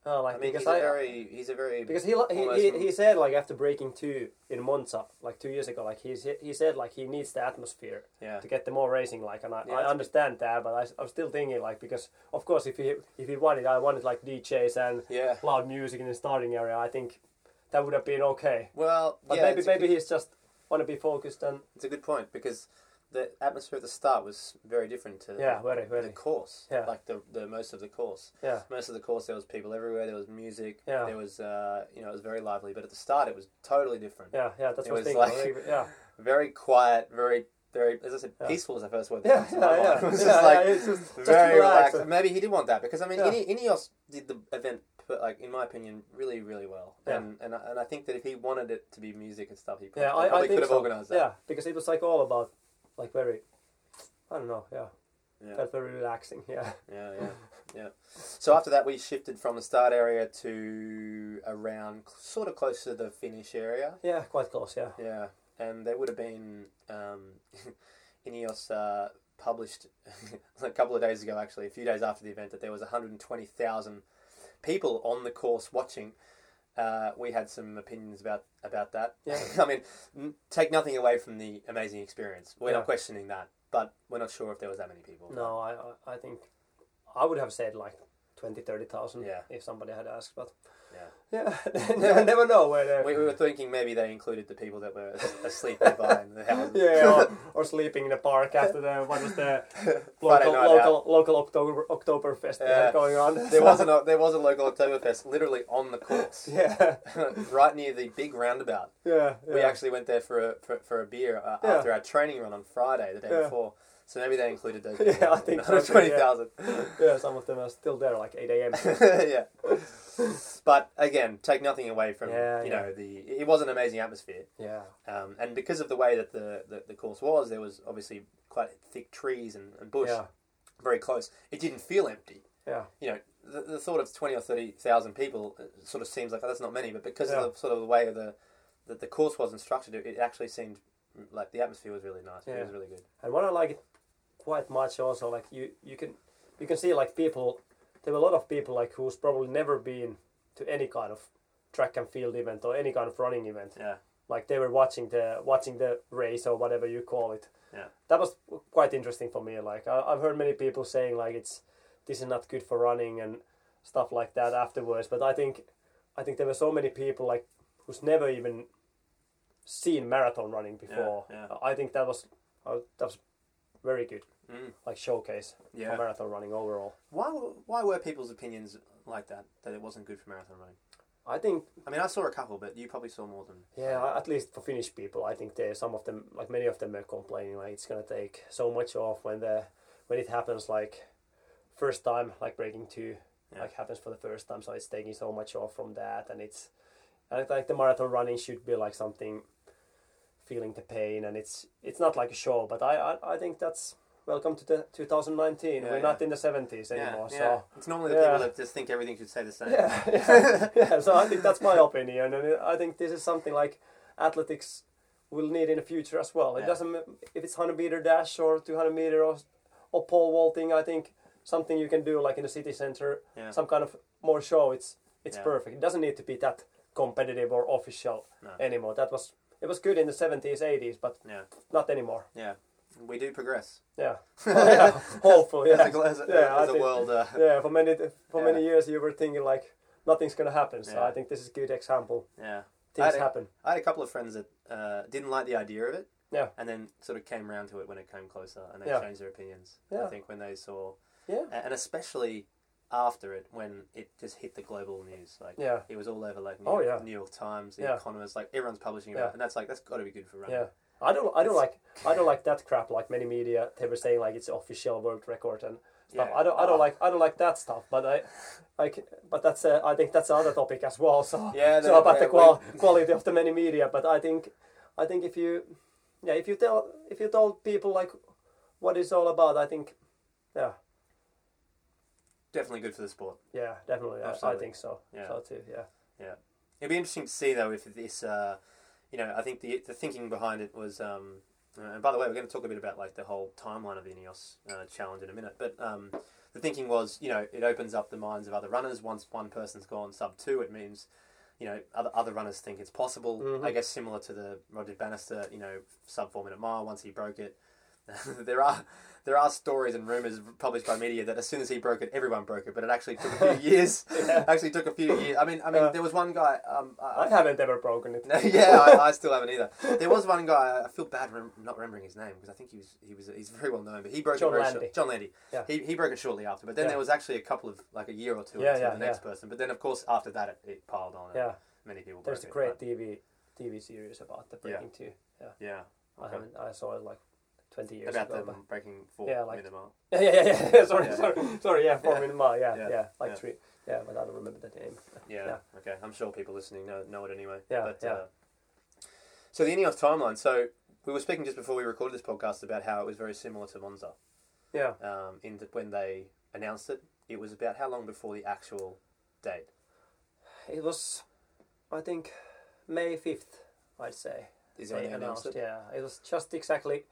[SPEAKER 1] Oh,
[SPEAKER 3] I
[SPEAKER 1] like
[SPEAKER 3] mean,
[SPEAKER 1] because
[SPEAKER 3] he's a
[SPEAKER 1] I-
[SPEAKER 3] very he's a very
[SPEAKER 1] because he he,
[SPEAKER 3] almost-
[SPEAKER 1] he he said like after breaking two in Monza like two years ago like he he said like he needs the atmosphere
[SPEAKER 3] yeah
[SPEAKER 1] to get the more racing like and I,
[SPEAKER 3] Yeah,
[SPEAKER 1] I
[SPEAKER 3] that's-
[SPEAKER 1] understand that but I, I'm still thinking like because of course if he if he wanted I wanted like DJs and
[SPEAKER 3] yeah
[SPEAKER 1] loud music in the starting area I think that would have been okay
[SPEAKER 3] well
[SPEAKER 1] but
[SPEAKER 3] yeah,
[SPEAKER 1] maybe
[SPEAKER 3] it's a-
[SPEAKER 1] maybe he's just want to be focused and
[SPEAKER 3] It's a good point because the atmosphere at the start was very different to
[SPEAKER 1] yeah very
[SPEAKER 3] the,
[SPEAKER 1] very
[SPEAKER 3] course.
[SPEAKER 1] Yeah.
[SPEAKER 3] Like the, the most of the course.
[SPEAKER 1] yeah
[SPEAKER 3] Most of the course there was people everywhere, there was music,
[SPEAKER 1] Yeah.
[SPEAKER 3] there was uh, you know, it was very lively, but at the start it was totally different.
[SPEAKER 1] yeah yeah that's
[SPEAKER 3] It
[SPEAKER 1] what I was
[SPEAKER 3] was
[SPEAKER 1] thinking
[SPEAKER 3] like- (laughs)
[SPEAKER 1] Like, yeah
[SPEAKER 3] Very quiet, very very as I said,
[SPEAKER 1] Yeah.
[SPEAKER 3] peaceful is the first word that
[SPEAKER 1] yeah
[SPEAKER 3] comes to
[SPEAKER 1] yeah
[SPEAKER 3] my mind.
[SPEAKER 1] yeah,
[SPEAKER 3] (laughs) It was
[SPEAKER 1] yeah,
[SPEAKER 3] just
[SPEAKER 1] yeah,
[SPEAKER 3] like
[SPEAKER 1] it's just, just
[SPEAKER 3] very
[SPEAKER 1] relax.
[SPEAKER 3] relaxed. Maybe he did want that because I mean,
[SPEAKER 1] Yeah.
[SPEAKER 3] Ine- Ineos did the event, per- like in my opinion, really, really well.
[SPEAKER 1] Yeah.
[SPEAKER 3] And and I, and I think that if he wanted it to be music and stuff, he probably,
[SPEAKER 1] Yeah, I, I
[SPEAKER 3] probably
[SPEAKER 1] think
[SPEAKER 3] could have
[SPEAKER 1] so.
[SPEAKER 3] organized that.
[SPEAKER 1] Yeah, because it was like all about like very, I don't know. Yeah,
[SPEAKER 3] Yeah.
[SPEAKER 1] felt very relaxing. Yeah, (laughs)
[SPEAKER 3] yeah, yeah, yeah. So after that, we shifted from the start area to around cl- sort of close to the finish area.
[SPEAKER 1] yeah, quite close. Yeah,
[SPEAKER 3] Yeah, and there would have been um, (laughs) Ineos uh, published (laughs) a couple of days ago, actually, a few days after the event, that there was 120,000 people on the course watching. Uh, we had some opinions about about that. (laughs)
[SPEAKER 1] Yeah.
[SPEAKER 3] I mean, n- take nothing away from the amazing experience. We're
[SPEAKER 1] Yeah.
[SPEAKER 3] not questioning that, but we're not sure if there was that many people.
[SPEAKER 1] no, I I- I think I would have said like twenty, thirty thousand.
[SPEAKER 3] Yeah.
[SPEAKER 1] if somebody had asked, but
[SPEAKER 3] Yeah.
[SPEAKER 1] yeah, (laughs) never, never know where they're.
[SPEAKER 3] We, we were thinking maybe they included the people that were (laughs) as- asleep nearby
[SPEAKER 1] (laughs)
[SPEAKER 3] in the houses.
[SPEAKER 1] (laughs) yeah, or, or sleeping in the park after the what was
[SPEAKER 3] (laughs)
[SPEAKER 1] the
[SPEAKER 3] Friday
[SPEAKER 1] local
[SPEAKER 3] night
[SPEAKER 1] local, local October Oktoberfest they had
[SPEAKER 3] Yeah.
[SPEAKER 1] going on.
[SPEAKER 3] (laughs) There was a there was a local Oktoberfest literally on the course,
[SPEAKER 1] (laughs) yeah,
[SPEAKER 3] (laughs) right near the big roundabout.
[SPEAKER 1] yeah, yeah.
[SPEAKER 3] We actually went there for a for, for a beer uh,
[SPEAKER 1] Yeah.
[SPEAKER 3] after our training run on Friday the day
[SPEAKER 1] Yeah.
[SPEAKER 3] before. So maybe they included those.
[SPEAKER 1] (laughs) Yeah,
[SPEAKER 3] people.
[SPEAKER 1] I think so,
[SPEAKER 3] Another twenty thousand. (laughs)
[SPEAKER 1] yeah, some of them are still there like eight a.m.
[SPEAKER 3] yeah. But again, take nothing away from
[SPEAKER 1] Yeah,
[SPEAKER 3] you
[SPEAKER 1] yeah.
[SPEAKER 3] know the. It was an amazing atmosphere.
[SPEAKER 1] (laughs) yeah,
[SPEAKER 3] Um, and because of the way that the, the, the course was, there was obviously quite thick trees and, and bush
[SPEAKER 1] yeah,
[SPEAKER 3] very close. It didn't feel empty.
[SPEAKER 1] yeah,
[SPEAKER 3] You know, the, the thought of 20 or 30,000 people uh, sort of seems like oh, that's not many, but because
[SPEAKER 1] Yeah.
[SPEAKER 3] of the, sort of the way the, that the course wasn't structured, it, it actually seemed mm, like the atmosphere was really nice.
[SPEAKER 1] Yeah.
[SPEAKER 3] It was really good.
[SPEAKER 1] And what I like it quite much also, like you, you can you can see like people. There were a lot of people like who's probably never been to any kind of track and field event or any kind of running event.
[SPEAKER 3] Yeah.
[SPEAKER 1] Like they were watching the watching the race or whatever you call it.
[SPEAKER 3] Yeah.
[SPEAKER 1] That was quite interesting for me. Like I, I've heard many people saying like it's this is not good for running and stuff like that afterwards. But I think I think there were so many people like who's never even seen marathon running before.
[SPEAKER 3] yeah.
[SPEAKER 1] I think that was uh, that was very good.
[SPEAKER 3] Mm.
[SPEAKER 1] like showcase
[SPEAKER 3] Yeah.
[SPEAKER 1] for marathon running overall.
[SPEAKER 3] Why, w- why were people's opinions like that? That it wasn't good for marathon running?
[SPEAKER 1] I think,
[SPEAKER 3] I mean, I saw a couple, but you probably saw more than.
[SPEAKER 1] yeah, at least for Finnish people, I think they some of them, like many of them, are complaining like it's gonna take so much off when the when it happens like first time, like breaking two,
[SPEAKER 3] Yeah.
[SPEAKER 1] like happens for the first time, so it's taking so much off from that, and it's and it's like the marathon running should be like something feeling the pain, and it's it's not like a show, but I I, I think that's welcome to the 2019.
[SPEAKER 3] Yeah,
[SPEAKER 1] We're
[SPEAKER 3] yeah.
[SPEAKER 1] not in the 70s anymore, so.
[SPEAKER 3] It's normally the
[SPEAKER 1] yeah.
[SPEAKER 3] people that just think everything should stay the same. (laughs)
[SPEAKER 1] yeah, yeah, yeah. So I think that's my opinion, and I think this is something like athletics will need in the future as well. It
[SPEAKER 3] Yeah.
[SPEAKER 1] doesn't ma- if it's hundred meter dash or two hundred meter or or pole vaulting. I think something you can do like in the city center,
[SPEAKER 3] Yeah.
[SPEAKER 1] some kind of more show. It's it's
[SPEAKER 3] Yeah.
[SPEAKER 1] perfect. It doesn't need to be that competitive or official
[SPEAKER 3] No.
[SPEAKER 1] anymore. That was it was good in the seventies, eighties, but
[SPEAKER 3] Yeah.
[SPEAKER 1] not anymore.
[SPEAKER 3] Yeah. We do progress. (laughs)
[SPEAKER 1] Yeah, (laughs) oh, yeah. hopefully. Yeah,
[SPEAKER 3] As a, as a,
[SPEAKER 1] yeah, I
[SPEAKER 3] as a
[SPEAKER 1] think-
[SPEAKER 3] world. Uh,
[SPEAKER 1] yeah, for many for
[SPEAKER 3] Yeah.
[SPEAKER 1] many years you were thinking like nothing's gonna happen. So
[SPEAKER 3] Yeah.
[SPEAKER 1] I think this is a good example.
[SPEAKER 3] yeah. I
[SPEAKER 1] Things
[SPEAKER 3] had a-
[SPEAKER 1] happen.
[SPEAKER 3] I had a couple of friends that uh, didn't like the idea of it.
[SPEAKER 1] Yeah.
[SPEAKER 3] And then sort of came round to it when it came closer, and they
[SPEAKER 1] Yeah.
[SPEAKER 3] changed their opinions. I
[SPEAKER 1] Yeah.
[SPEAKER 3] think when they saw,
[SPEAKER 1] Yeah.
[SPEAKER 3] a- and especially after it, when it just hit the global news, like
[SPEAKER 1] Yeah.
[SPEAKER 3] it was all over, like New,
[SPEAKER 1] Oh, yeah.
[SPEAKER 3] New York Times, The
[SPEAKER 1] Yeah.
[SPEAKER 3] Economist, like everyone's publishing about
[SPEAKER 1] Yeah.
[SPEAKER 3] it, and that's like that's got to be good for running.
[SPEAKER 1] Yeah. I don't I don't
[SPEAKER 3] It's-
[SPEAKER 1] like I don't like that crap like many media they were saying like it's official world record and stuff.
[SPEAKER 3] Yeah.
[SPEAKER 1] I don't I don't
[SPEAKER 3] Ah.
[SPEAKER 1] like I don't like that stuff, but I like but that's a, I think that's another topic as well. So
[SPEAKER 3] Yeah,
[SPEAKER 1] so
[SPEAKER 3] no,
[SPEAKER 1] about the
[SPEAKER 3] yeah,
[SPEAKER 1] qual- quality of the many media, but I think I think if you yeah, if you tell if you told people like what it's all about, I think yeah,
[SPEAKER 3] Definitely good for the sport.
[SPEAKER 1] yeah, definitely. I, I
[SPEAKER 3] Absolutely.
[SPEAKER 1] think so.
[SPEAKER 3] Yeah.
[SPEAKER 1] So too, yeah.
[SPEAKER 3] It'd be interesting to see though if this, uh, you know, I think the the thinking behind it was. Um, and by the way, we're going to talk a bit about like the whole timeline of the Ineos uh, challenge in a minute. But um, the thinking was, you know, it opens up the minds of other runners. Once one person's gone sub two, it means, you know, other other runners think it's possible.
[SPEAKER 1] Mhm.
[SPEAKER 3] I guess similar to the Roger Bannister, you know, sub four minute mile. Once he broke it, (laughs) there are there are stories and rumors published by media that as soon as he broke it, everyone broke it. But it actually took a few years.
[SPEAKER 1] Yeah.
[SPEAKER 3] Actually took a few years. I mean, I mean,
[SPEAKER 1] Yeah.
[SPEAKER 3] there was one guy. Um,
[SPEAKER 1] I
[SPEAKER 3] I,
[SPEAKER 1] haven't ever broken it.
[SPEAKER 3] (laughs) no, yeah, I, I still haven't either. There was one guy. I feel bad rem- not remembering his name because I think he was he was he's very well known, but he broke
[SPEAKER 1] John
[SPEAKER 3] it very
[SPEAKER 1] Landy.
[SPEAKER 3] Short, John Landy.
[SPEAKER 1] Yeah.
[SPEAKER 3] He, he broke it shortly after, but then
[SPEAKER 1] Yeah.
[SPEAKER 3] there was actually a couple of like a year or two
[SPEAKER 1] Yeah,
[SPEAKER 3] until
[SPEAKER 1] yeah,
[SPEAKER 3] the next person. But then of course after that it, it piled on. and
[SPEAKER 1] yeah.
[SPEAKER 3] many people.
[SPEAKER 1] There's a
[SPEAKER 3] broke
[SPEAKER 1] great
[SPEAKER 3] it,
[SPEAKER 1] TV TV series about the breaking two.
[SPEAKER 3] but- yeah.
[SPEAKER 1] I
[SPEAKER 3] Okay.
[SPEAKER 1] haven't. I saw it like twenty years
[SPEAKER 3] About
[SPEAKER 1] ago.
[SPEAKER 3] them breaking four
[SPEAKER 1] Yeah, like-
[SPEAKER 3] minute mile.
[SPEAKER 1] but- (laughs) Yeah, yeah, yeah, yeah. Sorry,
[SPEAKER 3] Yeah.
[SPEAKER 1] sorry, sorry. Yeah, four
[SPEAKER 3] Yeah.
[SPEAKER 1] minute mile. Yeah,
[SPEAKER 3] Yeah.
[SPEAKER 1] yeah, like
[SPEAKER 3] Yeah.
[SPEAKER 1] three. Yeah, but I don't remember the name.
[SPEAKER 3] Yeah.
[SPEAKER 1] Yeah.
[SPEAKER 3] Okay. I'm sure people listening know, know it anyway.
[SPEAKER 1] Yeah,
[SPEAKER 3] But,
[SPEAKER 1] yeah.
[SPEAKER 3] Uh, so the Ineos timeline. So we were speaking just before we recorded this podcast about how it was very similar to Monza.
[SPEAKER 1] Yeah,
[SPEAKER 3] Um, in the, when they announced it, it was about how long before the actual date?
[SPEAKER 1] it was. I think May fifth. I'd say
[SPEAKER 3] Is it
[SPEAKER 1] they
[SPEAKER 3] when they announced
[SPEAKER 1] announced.
[SPEAKER 3] it?
[SPEAKER 1] Yeah, it was just exactly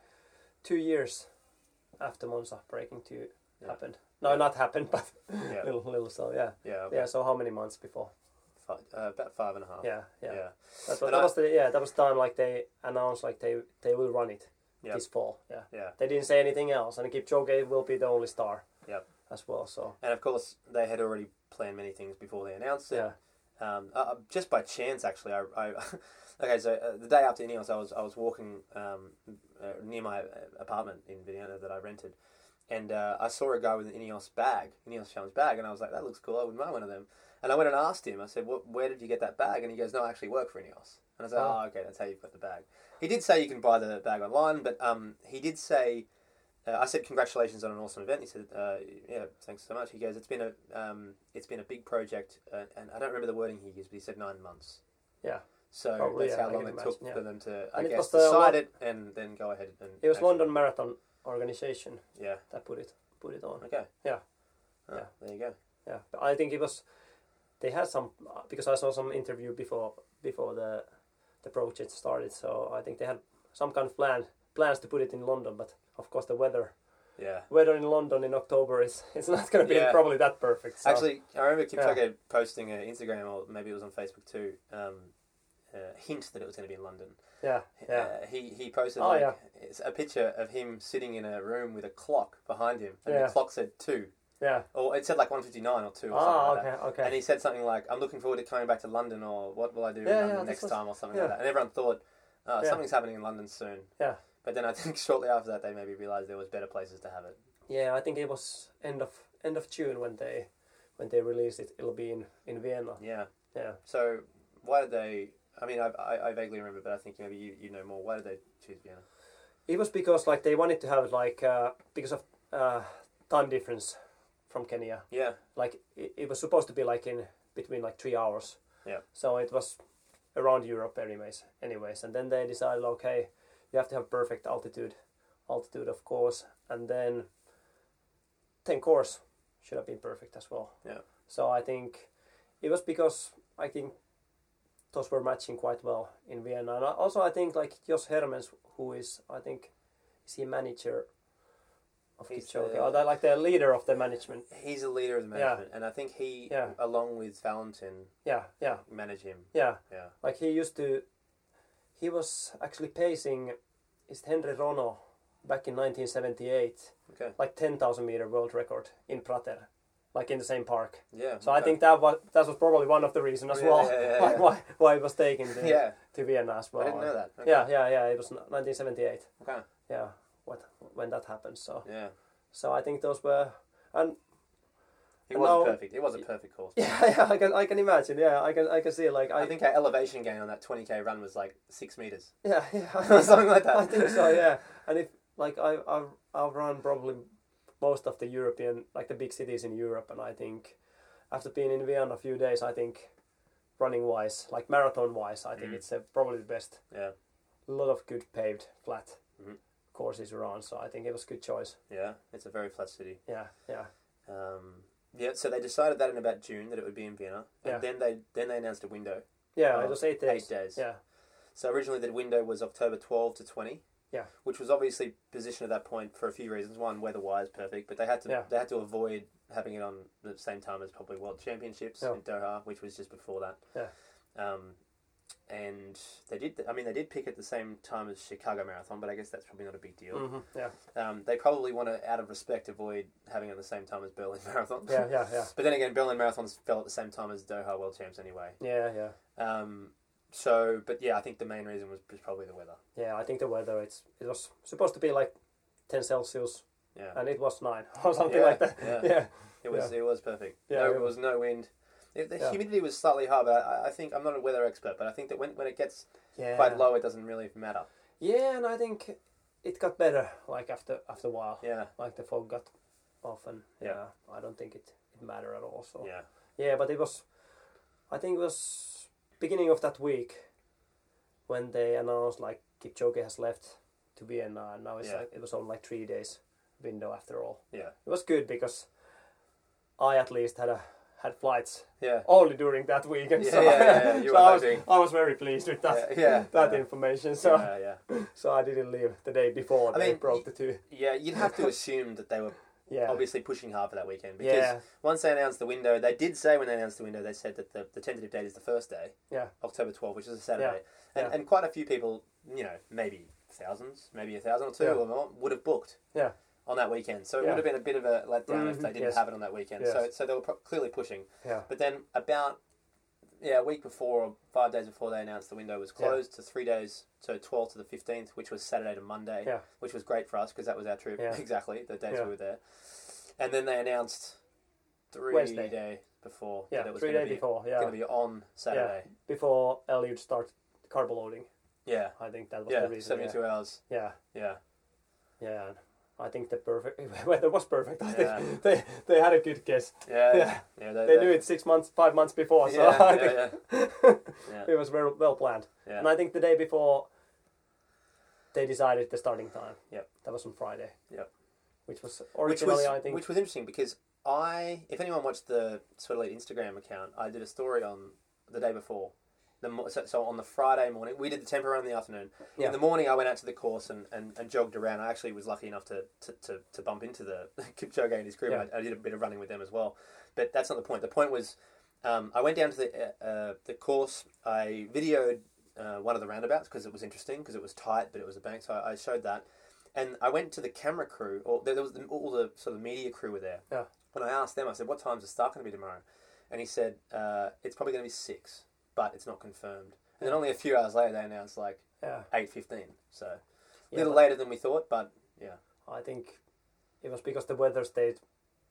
[SPEAKER 1] two years after Monza breaking two
[SPEAKER 3] Yeah.
[SPEAKER 1] happened. No,
[SPEAKER 3] Yeah.
[SPEAKER 1] not happened, (laughs) but
[SPEAKER 3] Yeah.
[SPEAKER 1] little, little. So yeah,
[SPEAKER 3] Yeah. okay.
[SPEAKER 1] yeah. So how many months before?
[SPEAKER 3] Fi uh, about five and a half.
[SPEAKER 1] Yeah, yeah.
[SPEAKER 3] Yeah.
[SPEAKER 1] That's what,
[SPEAKER 3] And
[SPEAKER 1] that
[SPEAKER 3] I-
[SPEAKER 1] was the yeah. That was time like they announced like they they will run it
[SPEAKER 3] Yeah.
[SPEAKER 1] this fall. Yeah.
[SPEAKER 3] Yeah.
[SPEAKER 1] They didn't say anything else, and Kipchoge will be the only star.
[SPEAKER 3] Yep.
[SPEAKER 1] As well, so
[SPEAKER 3] And of course, they had already planned many things before they announced it.
[SPEAKER 1] yeah,
[SPEAKER 3] um, uh, uh, just by chance actually I, (laughs) I okay so uh, the day after Ineos I was I was walking um, uh, near my uh, apartment in Vienna that I rented and uh, I saw a guy with an Ineos bag Ineos challenge bag and I was like that looks cool I would buy one of them and I went and asked him I said what where did you get that bag and he goes no I actually work for Ineos and I said
[SPEAKER 1] Oh.
[SPEAKER 3] oh, okay that's how you got the bag he did say you can buy the bag online but um, he did say uh, I said congratulations on an awesome event. He said, uh, "Yeah, thanks so much." He goes, "It's been a um, it's been a big project, uh, and I don't remember the wording he used, but he said nine months."
[SPEAKER 1] Yeah.
[SPEAKER 3] So
[SPEAKER 1] Probably,
[SPEAKER 3] that's
[SPEAKER 1] yeah,
[SPEAKER 3] how
[SPEAKER 1] I
[SPEAKER 3] long it
[SPEAKER 1] can
[SPEAKER 3] took
[SPEAKER 1] imagine, yeah.
[SPEAKER 3] for them to, I
[SPEAKER 1] And it
[SPEAKER 3] guess,
[SPEAKER 1] was the
[SPEAKER 3] decide
[SPEAKER 1] Lon-
[SPEAKER 3] it and then go ahead and.
[SPEAKER 1] it was
[SPEAKER 3] actually-
[SPEAKER 1] London Marathon organization
[SPEAKER 3] Yeah.
[SPEAKER 1] that put it put it on.
[SPEAKER 3] Okay.
[SPEAKER 1] Yeah.
[SPEAKER 3] Oh,
[SPEAKER 1] Yeah.
[SPEAKER 3] There you go.
[SPEAKER 1] Yeah, but I think it was they had some because I saw some interview before before the the project started. So I think they had some kind of plan plans to put it in London, but of course the weather
[SPEAKER 3] Yeah.
[SPEAKER 1] weather in London in October is (laughs) it's not going to be
[SPEAKER 3] Yeah.
[SPEAKER 1] probably that perfect. So.
[SPEAKER 3] Actually, I remember
[SPEAKER 1] Yeah.
[SPEAKER 3] Kipchoge posting an Instagram or maybe it was on Facebook too. Um, uh, hint that it was going to be in London.
[SPEAKER 1] yeah, yeah.
[SPEAKER 3] Uh, he he posted
[SPEAKER 1] Oh,
[SPEAKER 3] like
[SPEAKER 1] yeah.
[SPEAKER 3] it's a picture of him sitting in a room with a clock behind him, and
[SPEAKER 1] Yeah.
[SPEAKER 3] the clock said two.
[SPEAKER 1] Yeah.
[SPEAKER 3] or it said like 159 or 2 or something
[SPEAKER 1] Ah,
[SPEAKER 3] like
[SPEAKER 1] okay,
[SPEAKER 3] that.
[SPEAKER 1] okay.
[SPEAKER 3] And he said something like, I'm looking forward to coming back to London or what will I do in
[SPEAKER 1] Yeah,
[SPEAKER 3] London
[SPEAKER 1] yeah,
[SPEAKER 3] next
[SPEAKER 1] this was-
[SPEAKER 3] time or something
[SPEAKER 1] yeah.
[SPEAKER 3] like that. And everyone thought, uh,
[SPEAKER 1] Yeah.
[SPEAKER 3] something's happening in London soon.
[SPEAKER 1] Yeah.
[SPEAKER 3] But then I think (laughs) shortly after that, they maybe realised there was better places to have it.
[SPEAKER 1] Yeah, I think it was end of end of June when they when they released it. It'll be in in Vienna.
[SPEAKER 3] Yeah.
[SPEAKER 1] Yeah.
[SPEAKER 3] So why did they? I mean, I, I, I vaguely remember, but I think maybe you, you know more. Why did they choose Vienna?
[SPEAKER 1] It was because like they wanted to have it like uh, because of uh, time difference from Kenya.
[SPEAKER 3] Yeah.
[SPEAKER 1] Like it, it was supposed to be like in between like three hours.
[SPEAKER 3] Yeah.
[SPEAKER 1] So it was around Europe anyways. Anyways, and then they decided okay, you have to have perfect altitude, altitude of course, and then ten course should have been perfect as well.
[SPEAKER 3] Yeah.
[SPEAKER 1] So I think it was because I think those were matching quite well in Vienna. And I- also I think like Jos Hermens, who is I think is he manager of
[SPEAKER 3] He's
[SPEAKER 1] Kipchoge?
[SPEAKER 3] the-
[SPEAKER 1] Or they like the leader of the management?
[SPEAKER 3] He's a leader of the management, and I think he,
[SPEAKER 1] Yeah.
[SPEAKER 3] along with Valentin,
[SPEAKER 1] Yeah, yeah,
[SPEAKER 3] manage him.
[SPEAKER 1] yeah.
[SPEAKER 3] Yeah.
[SPEAKER 1] Like he used to, he was actually pacing, is Henry Rono, back in 1978,
[SPEAKER 3] Okay.
[SPEAKER 1] like 10,000 meter world record in Prater, like in the same park.
[SPEAKER 3] Yeah.
[SPEAKER 1] So I
[SPEAKER 3] okay. Oh,
[SPEAKER 1] think that was that was probably one of the reasons as
[SPEAKER 3] Yeah,
[SPEAKER 1] well,
[SPEAKER 3] yeah, yeah,
[SPEAKER 1] (laughs) like
[SPEAKER 3] yeah.
[SPEAKER 1] why why it was taken to,
[SPEAKER 3] Yeah.
[SPEAKER 1] to Vienna as well.
[SPEAKER 3] I didn't know that. Okay.
[SPEAKER 1] Yeah, yeah, yeah. It was 1978.
[SPEAKER 3] Okay.
[SPEAKER 1] Yeah, what when that happened. So
[SPEAKER 3] Yeah.
[SPEAKER 1] so I think those were (laughs) and
[SPEAKER 3] It
[SPEAKER 1] And
[SPEAKER 3] wasn't
[SPEAKER 1] now-
[SPEAKER 3] perfect. It was a perfect course.
[SPEAKER 1] yeah, yeah I can I can imagine. Yeah, I can I can see like
[SPEAKER 3] I think our elevation gain on that 20k run was like six meters. (laughs)
[SPEAKER 1] Yeah, (laughs) yeah,
[SPEAKER 3] Something like that.
[SPEAKER 1] I think so.
[SPEAKER 3] (laughs)
[SPEAKER 1] Yeah, and if like I I I've run probably most of the European like the big cities in Europe, and I think after being in Vienna a few days, I think running wise, like marathon wise, I think
[SPEAKER 3] Mm.
[SPEAKER 1] it's uh, probably the best.
[SPEAKER 3] Yeah.
[SPEAKER 1] A lot of good paved flat
[SPEAKER 3] Mhm.
[SPEAKER 1] courses around, so I think it was good choice.
[SPEAKER 3] Yeah. It's a very flat city.
[SPEAKER 1] Yeah, yeah,
[SPEAKER 3] Um, yeah. So they decided that in about June that it would be in Vienna, and
[SPEAKER 1] Yeah.
[SPEAKER 3] then they then they announced a window.
[SPEAKER 1] yeah.
[SPEAKER 3] Oh,
[SPEAKER 1] it was eight
[SPEAKER 3] Eight
[SPEAKER 1] days.
[SPEAKER 3] days.
[SPEAKER 1] Yeah,
[SPEAKER 3] So originally the window was October 12 to 20.
[SPEAKER 1] Yeah.
[SPEAKER 3] Which was obviously positioned at that point for a few reasons. One, weather-wise, perfect, but they had to
[SPEAKER 1] Yeah.
[SPEAKER 3] they had to avoid having it on the same time as probably World Championships
[SPEAKER 1] Yeah.
[SPEAKER 3] in Doha, which was just before that.
[SPEAKER 1] Yeah.
[SPEAKER 3] Um, and they did. I mean, they did pick at the same time as Chicago Marathon, but I guess that's probably not a big deal.
[SPEAKER 1] hmm yeah,
[SPEAKER 3] (laughs) Um, they probably want to, out of respect, avoid having it at the same time as Berlin (laughs) Marathon.
[SPEAKER 1] yeah, yeah, yeah,
[SPEAKER 3] but then again, Berlin Marathons fell at the same time as Doha World Champs anyway.
[SPEAKER 1] yeah, yeah.
[SPEAKER 3] Um, so, but yeah, I think the main reason was, was probably the weather.
[SPEAKER 1] Yeah, I think the weather it's it was supposed to be like ten Celsius
[SPEAKER 3] Yeah,
[SPEAKER 1] and it was nine (laughs) or Uh, something
[SPEAKER 3] Yeah,
[SPEAKER 1] like that. (laughs)
[SPEAKER 3] yeah.
[SPEAKER 1] yeah.
[SPEAKER 3] it was it was perfect.
[SPEAKER 1] Yeah,
[SPEAKER 3] no,
[SPEAKER 1] it
[SPEAKER 3] there was no wind. It, the
[SPEAKER 1] Yeah.
[SPEAKER 3] humidity was slightly high, but I, I think I'm not a weather expert, but I think that when, when it gets
[SPEAKER 1] yeah,
[SPEAKER 3] quite low, it doesn't really matter.
[SPEAKER 1] Yeah, and I think it got better like after after a while.
[SPEAKER 3] Yeah,
[SPEAKER 1] Like the fog got off, and yeah,
[SPEAKER 3] Yeah.
[SPEAKER 1] I don't think it it mattered at all. So
[SPEAKER 3] yeah,
[SPEAKER 1] yeah, but it was, I think it was beginning of that week when they announced like Kipchoge has left to Vienna, and now it's
[SPEAKER 3] Yeah.
[SPEAKER 1] like it was on like three days window after all.
[SPEAKER 3] yeah,
[SPEAKER 1] It was good because I at least had a had flights
[SPEAKER 3] yeah,
[SPEAKER 1] only during that weekend.
[SPEAKER 3] Yeah,
[SPEAKER 1] (laughs) so
[SPEAKER 3] yeah, yeah, you
[SPEAKER 1] so
[SPEAKER 3] were
[SPEAKER 1] I, was,
[SPEAKER 3] hoping.
[SPEAKER 1] I was very pleased with that
[SPEAKER 3] Yeah, yeah,
[SPEAKER 1] (laughs) that
[SPEAKER 3] yeah.
[SPEAKER 1] information. So
[SPEAKER 3] yeah, yeah.
[SPEAKER 1] so I didn't leave the day before
[SPEAKER 3] I
[SPEAKER 1] they
[SPEAKER 3] mean,
[SPEAKER 1] broke
[SPEAKER 3] y-
[SPEAKER 1] the two.
[SPEAKER 3] Yeah, you'd have to assume that they were
[SPEAKER 1] (laughs) Yeah.
[SPEAKER 3] obviously pushing hard for that weekend because
[SPEAKER 1] yeah.
[SPEAKER 3] once they announced the window, they did say when they announced the window, they said that the, the tentative date is the first day,
[SPEAKER 1] Yeah.
[SPEAKER 3] October 12, which is a Saturday. And,
[SPEAKER 1] yeah.
[SPEAKER 3] and quite a few people, you know, maybe thousands, maybe a thousand or two
[SPEAKER 1] Yeah.
[SPEAKER 3] or more, would have booked
[SPEAKER 1] Yeah.
[SPEAKER 3] on that weekend. So it
[SPEAKER 1] Yeah.
[SPEAKER 3] would have been a bit of a letdown if
[SPEAKER 1] Mhm,
[SPEAKER 3] they didn't
[SPEAKER 1] yes.
[SPEAKER 3] have it on that weekend. So,
[SPEAKER 1] Yes.
[SPEAKER 3] so they were pro- clearly pushing.
[SPEAKER 1] Yeah.
[SPEAKER 3] But then about, yeah, a week before or five days before they announced the window was
[SPEAKER 1] Yeah.
[SPEAKER 3] closed to three days, so 12 to the 15th, which was Saturday to Monday,
[SPEAKER 1] Yeah.
[SPEAKER 3] which was great for us because that was our trip,
[SPEAKER 1] Yeah.
[SPEAKER 3] (laughs) exactly, the days
[SPEAKER 1] Yeah.
[SPEAKER 3] we were there. And then they announced three
[SPEAKER 1] Wednesday.
[SPEAKER 3] day before
[SPEAKER 1] Yeah,
[SPEAKER 3] that it was
[SPEAKER 1] three
[SPEAKER 3] going
[SPEAKER 1] days
[SPEAKER 3] to be,
[SPEAKER 1] before. Yeah,
[SPEAKER 3] gonna be on Saturday.
[SPEAKER 1] before Eliud started carbo loading.
[SPEAKER 3] Yeah.
[SPEAKER 1] I think that was
[SPEAKER 3] Yeah,
[SPEAKER 1] the reason. Yeah.
[SPEAKER 3] 72 hours.
[SPEAKER 1] yeah,
[SPEAKER 3] Yeah.
[SPEAKER 1] yeah. and I think the perfect (laughs) weather was perfect. I
[SPEAKER 3] Yeah.
[SPEAKER 1] think (laughs) they they had a good guess.
[SPEAKER 3] Yeah. Yeah.
[SPEAKER 1] (laughs) Yeah.
[SPEAKER 3] yeah
[SPEAKER 1] They knew it six months, five months before. So
[SPEAKER 3] (laughs) Yeah,
[SPEAKER 1] (laughs) I
[SPEAKER 3] yeah,
[SPEAKER 1] think
[SPEAKER 3] yeah.
[SPEAKER 1] it was very well planned.
[SPEAKER 3] Yeah.
[SPEAKER 1] And I think the day before, they decided the starting time.
[SPEAKER 3] Yep.
[SPEAKER 1] That was on Friday.
[SPEAKER 3] Yep.
[SPEAKER 1] Which was
[SPEAKER 3] Which
[SPEAKER 1] originally,
[SPEAKER 3] was,
[SPEAKER 1] I think.
[SPEAKER 3] which was interesting because I, if anyone watched the Sweat Elite Instagram account, I did a story on the day before. The mo- so, so on the Friday morning, we did the tempo run in the afternoon.
[SPEAKER 1] Yeah.
[SPEAKER 3] In the morning, I went out to the course and, and, and jogged around. I actually was lucky enough to, to, to, to bump into the (laughs) Kipchoge and his crew.
[SPEAKER 1] Yeah.
[SPEAKER 3] I, I did a bit of running with them as well. But that's not the point. The point was um, I went down to the, uh, uh, the course. I videoed uh, one of the roundabouts because it was interesting, because it was tight, but it was a bank. So I, I showed that. And I went to the camera crew, or there, there was the, all the sort of media crew were there.
[SPEAKER 1] Yeah.
[SPEAKER 3] And I asked them, I said, what time's the start going to be tomorrow? And he said, uh, it's probably going to be 6, but it's not confirmed. And then only a few hours later, they announced like
[SPEAKER 1] yeah.
[SPEAKER 3] 8.15. So A
[SPEAKER 1] Yeah,
[SPEAKER 3] little
[SPEAKER 1] but
[SPEAKER 3] later than we thought, but yeah.
[SPEAKER 1] I think it was because the weather stayed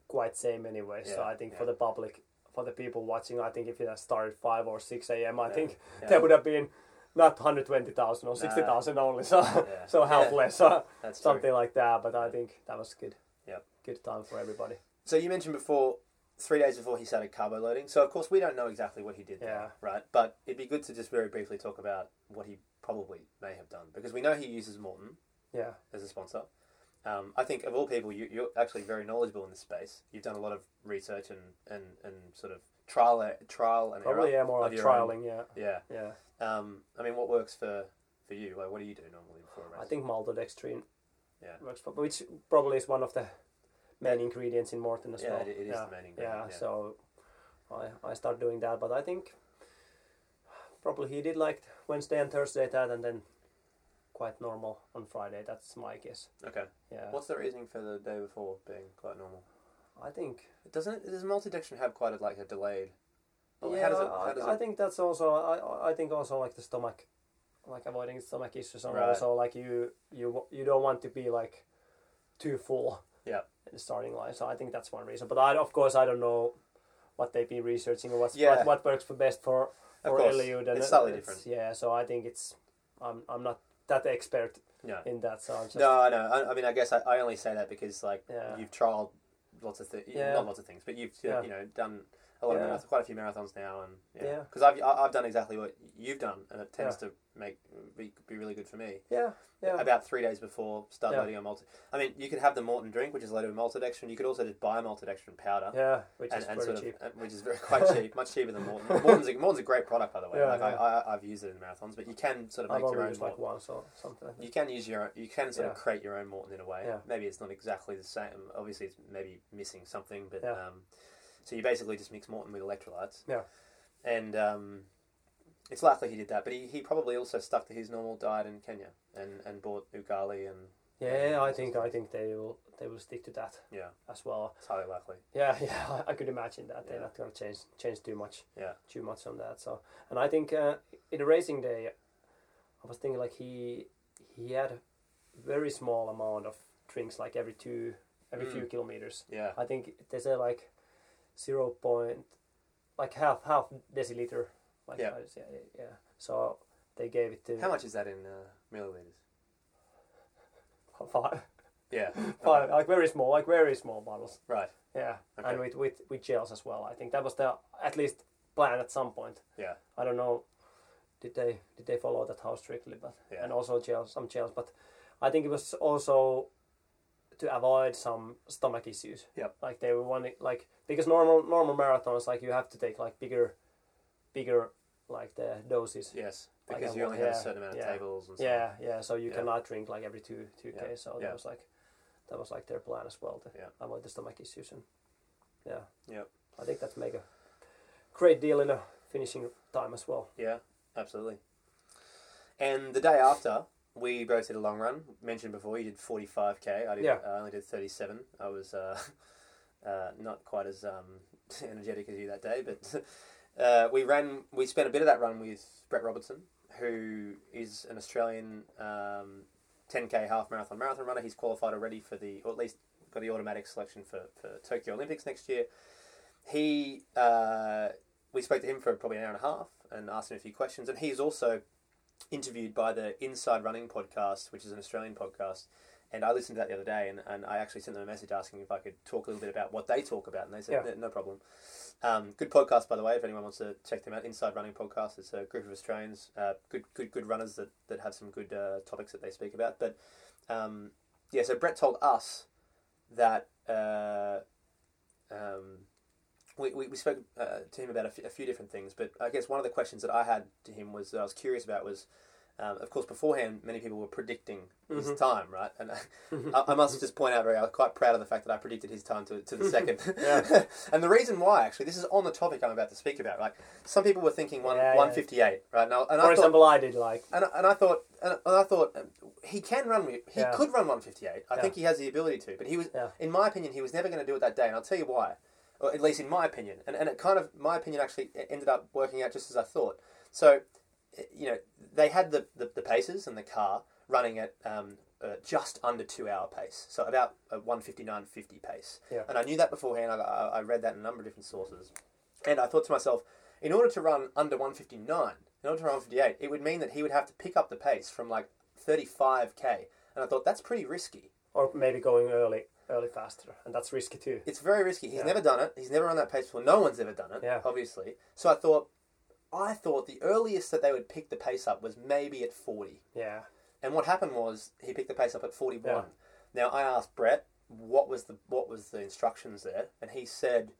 [SPEAKER 1] quite same anyway. so
[SPEAKER 3] Yeah,
[SPEAKER 1] I think
[SPEAKER 3] yeah.
[SPEAKER 1] for the public, for the people watching, I think if it had started five or six a.m., I
[SPEAKER 3] Yeah,
[SPEAKER 1] think
[SPEAKER 3] yeah.
[SPEAKER 1] there would have been not hundred twenty thousand or sixty thousand only. So
[SPEAKER 3] Yeah.
[SPEAKER 1] (laughs) so half
[SPEAKER 3] Yeah.
[SPEAKER 1] less. So
[SPEAKER 3] That's true.
[SPEAKER 1] something like that. But I think that was good.
[SPEAKER 3] Yep.
[SPEAKER 1] Good time for everybody.
[SPEAKER 3] So you mentioned before, three days before he started carbo loading. So of course we don't know exactly what he did there, right? But it'd be good to just very briefly talk about what he probably may have done because we know he uses Morton
[SPEAKER 1] Yeah.
[SPEAKER 3] as a sponsor. Um, I think of all people, you, you're actually very knowledgeable in this space. You've done a lot of research and, and, and sort of trial trial and
[SPEAKER 1] Probably
[SPEAKER 3] error
[SPEAKER 1] yeah, more
[SPEAKER 3] of
[SPEAKER 1] like
[SPEAKER 3] your own.
[SPEAKER 1] trialing. Yeah.
[SPEAKER 3] Yeah.
[SPEAKER 1] Yeah.
[SPEAKER 3] Um, I mean, what works for, for you? Like, what do you do normally before a race?
[SPEAKER 1] I think maltodextrin
[SPEAKER 3] Yeah.
[SPEAKER 1] works, for, which probably is one of the main ingredients in Morton as
[SPEAKER 3] Yeah,
[SPEAKER 1] well.
[SPEAKER 3] it- it is the main ingredient, yeah.
[SPEAKER 1] Yeah, so I, I start doing that, but I think probably he did like Wednesday and Thursday that, and then quite normal on Friday. That's my guess.
[SPEAKER 3] Okay.
[SPEAKER 1] Yeah,
[SPEAKER 3] What's the reasoning for the day before being quite normal?
[SPEAKER 1] I think.
[SPEAKER 3] Doesn't it? Does multi-diction have quite a, like a delayed? Well,
[SPEAKER 1] yeah,
[SPEAKER 3] how does it?
[SPEAKER 1] I-
[SPEAKER 3] How does
[SPEAKER 1] I,
[SPEAKER 3] it?
[SPEAKER 1] think that's also. I- I, I think also like the stomach, like avoiding stomach issues, and
[SPEAKER 3] Right.
[SPEAKER 1] also like you you wa- you don't want to be like too full.
[SPEAKER 3] yeah,
[SPEAKER 1] in the starting line. So I think that's one reason. But I, of course, I don't know what they've been researching or what's,
[SPEAKER 3] Yeah.
[SPEAKER 1] what, what works for best for
[SPEAKER 3] Of
[SPEAKER 1] for
[SPEAKER 3] course.
[SPEAKER 1] Eliud. And
[SPEAKER 3] It's slightly different.
[SPEAKER 1] Yeah, so I think it's I'm I'm not that expert
[SPEAKER 3] no,
[SPEAKER 1] in that. So I'm just,
[SPEAKER 3] no, I know. I, I mean, I guess I, I only say that because like
[SPEAKER 1] Yeah.
[SPEAKER 3] you've trialed lots of things,
[SPEAKER 1] Yeah.
[SPEAKER 3] not lots of things, but you've you
[SPEAKER 1] Yeah.
[SPEAKER 3] know done a lot
[SPEAKER 1] Yeah.
[SPEAKER 3] of marathons, quite a few marathons now, and yeah,
[SPEAKER 1] Yeah.
[SPEAKER 3] because I've I- I've done exactly what you've done, and it tends to make be, be really good for me.
[SPEAKER 1] yeah, yeah,
[SPEAKER 3] About three days before, start
[SPEAKER 1] Yeah.
[SPEAKER 3] loading on malted. I mean, you could have the Morton drink, which is loaded with maltodextrin. You could also just buy maltodextrin powder.
[SPEAKER 1] yeah, which
[SPEAKER 3] and,
[SPEAKER 1] is
[SPEAKER 3] and
[SPEAKER 1] pretty
[SPEAKER 3] sort of,
[SPEAKER 1] cheap.
[SPEAKER 3] uh, which is very
[SPEAKER 1] (laughs)
[SPEAKER 3] quite cheap, much cheaper than Morton. Morton's a, Morton's a great product, by the way.
[SPEAKER 1] Yeah,
[SPEAKER 3] like I,
[SPEAKER 1] yeah.
[SPEAKER 3] I, I've used it in marathons, but you can sort of
[SPEAKER 1] I've
[SPEAKER 3] make your
[SPEAKER 1] only
[SPEAKER 3] own.
[SPEAKER 1] used like
[SPEAKER 3] Morton.
[SPEAKER 1] once or something. like that.
[SPEAKER 3] You can use your own, you can sort of
[SPEAKER 1] Yeah.
[SPEAKER 3] create your own Morton in a way.
[SPEAKER 1] Yeah.
[SPEAKER 3] Maybe it's not exactly the same. Obviously, it's maybe missing something, but
[SPEAKER 1] Yeah.
[SPEAKER 3] um, so you basically just mix Morton with electrolytes.
[SPEAKER 1] Yeah.
[SPEAKER 3] and um, it's likely he did that, but he, he probably also stuck to his normal diet in Kenya and and bought ugali and
[SPEAKER 1] Yeah, I think I think they will they will stick to that
[SPEAKER 3] yeah,
[SPEAKER 1] as well.
[SPEAKER 3] it's highly likely.
[SPEAKER 1] Yeah, (laughs) yeah, I could imagine that they're
[SPEAKER 3] Yeah.
[SPEAKER 1] not gonna change change too much.
[SPEAKER 3] Yeah.
[SPEAKER 1] too much on that. So, and I think uh, in a racing day, I was thinking like he he had a very small amount of drinks, like every two every few
[SPEAKER 3] Mm.
[SPEAKER 1] kilometers.
[SPEAKER 3] Yeah,
[SPEAKER 1] I think they say like zero point, like half half deciliter. Like
[SPEAKER 3] Yeah.
[SPEAKER 1] I- yeah, yeah. So they gave it to
[SPEAKER 3] how much is that in uh, milliliters?
[SPEAKER 1] (laughs) five, (laughs)
[SPEAKER 3] Yeah,
[SPEAKER 1] five,
[SPEAKER 3] Okay.
[SPEAKER 1] like very small, like very small bottles.
[SPEAKER 3] right.
[SPEAKER 1] Yeah,
[SPEAKER 3] Okay.
[SPEAKER 1] and with, with with gels as well. I think that was the at least plan at some point.
[SPEAKER 3] Yeah.
[SPEAKER 1] I don't know. Did they did they follow that how strictly? But
[SPEAKER 3] Yeah.
[SPEAKER 1] and also gels, some gels. But I think it was also to avoid some stomach issues.
[SPEAKER 3] Yep.
[SPEAKER 1] Like they were wanting like because normal normal marathons like you have to take like bigger, bigger like the doses.
[SPEAKER 3] Yes,
[SPEAKER 1] Like
[SPEAKER 3] because
[SPEAKER 1] a
[SPEAKER 3] you
[SPEAKER 1] wa-
[SPEAKER 3] only have a
[SPEAKER 1] yeah,
[SPEAKER 3] certain amount of
[SPEAKER 1] yeah,
[SPEAKER 3] tables and stuff.
[SPEAKER 1] Yeah, yeah. So you
[SPEAKER 3] Yeah.
[SPEAKER 1] cannot drink like every two two
[SPEAKER 3] Yeah,
[SPEAKER 1] k. So
[SPEAKER 3] yeah.
[SPEAKER 1] that was like that was like their plan as well to
[SPEAKER 3] Yeah.
[SPEAKER 1] avoid the stomach issues and yeah.
[SPEAKER 3] Yep.
[SPEAKER 1] I think that's make a great deal in a finishing time as well.
[SPEAKER 3] Yeah, absolutely. And the day after, we both did a long run. Mentioned before, you did 45k. I did. uh,
[SPEAKER 1] Yeah.
[SPEAKER 3] I only did 37. I was uh, (laughs) uh, not quite as um, (laughs) energetic as you that day, but (laughs) uh, we ran. We spent a bit of that run with Brett Robertson, who is an Australian um, 10k half marathon marathon runner. He's qualified already for the, or at least got the automatic selection for, for Tokyo Olympics next year. He, uh, we spoke to him for probably an hour and a half and asked him a few questions. And he's also interviewed by the Inside Running podcast, which is an Australian podcast. And I listened to that the other day, and, and I actually sent them a message asking if I could talk a little bit about what they talk about, and they said
[SPEAKER 1] Yeah.
[SPEAKER 3] "No- no problem. Um, good podcast, by the way. If anyone wants to check them out, Inside Running Podcast. It's a group of Australians, uh, good, good, good runners that, that have some good uh, topics that they speak about. But um, yeah, so Brett told us that uh, um, we, we, we spoke uh, to him about a few- a few different things, but I guess one of the questions that I had to him was that I was curious about was, um, of course, beforehand many people were predicting
[SPEAKER 1] Mm-hmm.
[SPEAKER 3] his time, right? And (laughs) I, I must just point out, very, I was quite proud of the fact that I predicted his time to, to the second.
[SPEAKER 1] Mm-hmm. (laughs) Yeah.
[SPEAKER 3] (laughs) and the reason why, actually, this is on the topic I'm about to speak about. Like some people were thinking one
[SPEAKER 1] Yeah, yeah.
[SPEAKER 3] one fifty eight, right? And I, and I
[SPEAKER 1] For
[SPEAKER 3] thought,
[SPEAKER 1] example, I did like
[SPEAKER 3] and I, and I thought, and I- and I thought um, he can run. with- He
[SPEAKER 1] Yeah.
[SPEAKER 3] could run 158. I
[SPEAKER 1] Yeah.
[SPEAKER 3] think he has the ability to. But he was,
[SPEAKER 1] Yeah.
[SPEAKER 3] in my opinion, he was never going to do it that day, and I'll tell you why. Or at least in my opinion, and and it kind of my opinion actually e- ended up working out just as I thought. So, eh, you know, they had the the, the paces and the car. running at um, uh, just under two hour pace, so about a 159.50 pace.
[SPEAKER 1] Yeah.
[SPEAKER 3] And I knew that beforehand. I, I I read that in a number of different sources. And I thought to myself, in order to run under 159, in order to run 158, it would mean that he would have to pick up the pace from like 35k. And I thought, that's pretty risky.
[SPEAKER 1] or maybe going early, early faster, and that's risky too.
[SPEAKER 3] It's very risky. He's
[SPEAKER 1] Yeah.
[SPEAKER 3] never done it. He's never run that pace before. No one's ever done it,
[SPEAKER 1] Yeah.
[SPEAKER 3] obviously. So I thought, I thought the earliest that they would pick the pace up was maybe at 40.
[SPEAKER 1] Yeah,
[SPEAKER 3] And what happened was he picked the pace up at 41.
[SPEAKER 1] Yeah.
[SPEAKER 3] Now I asked Brett what was the what was the instructions there, and he said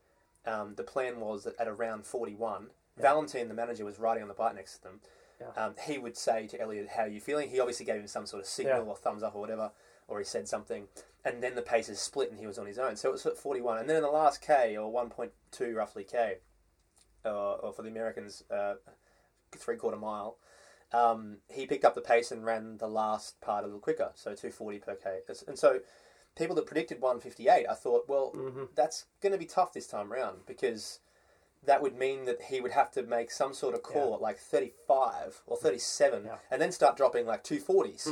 [SPEAKER 3] um, the plan was that at around 41, Valentine, the manager, was riding on the bike next to them.
[SPEAKER 1] Yeah.
[SPEAKER 3] Um, he would say to Elliot, "How are you feeling?" He obviously gave him some sort of signal
[SPEAKER 1] Yeah.
[SPEAKER 3] or thumbs up or whatever, or he said something, and then the paces split and he was on his own. So it was at 41, and then in the last K or 1.2 roughly K, uh, or for the Americans, uh, three quarter mile um, he picked up the pace and ran the last part a little quicker, so 240 per k. It's- And so people that predicted 158, I thought, well,
[SPEAKER 1] Mm-hmm.
[SPEAKER 3] that's going to be tough this time round because that would mean that he would have to make some sort of call
[SPEAKER 1] Yeah. Mm.
[SPEAKER 3] at like 35 or 37
[SPEAKER 1] Yeah. Mm-hmm.
[SPEAKER 3] and then start dropping like 240s,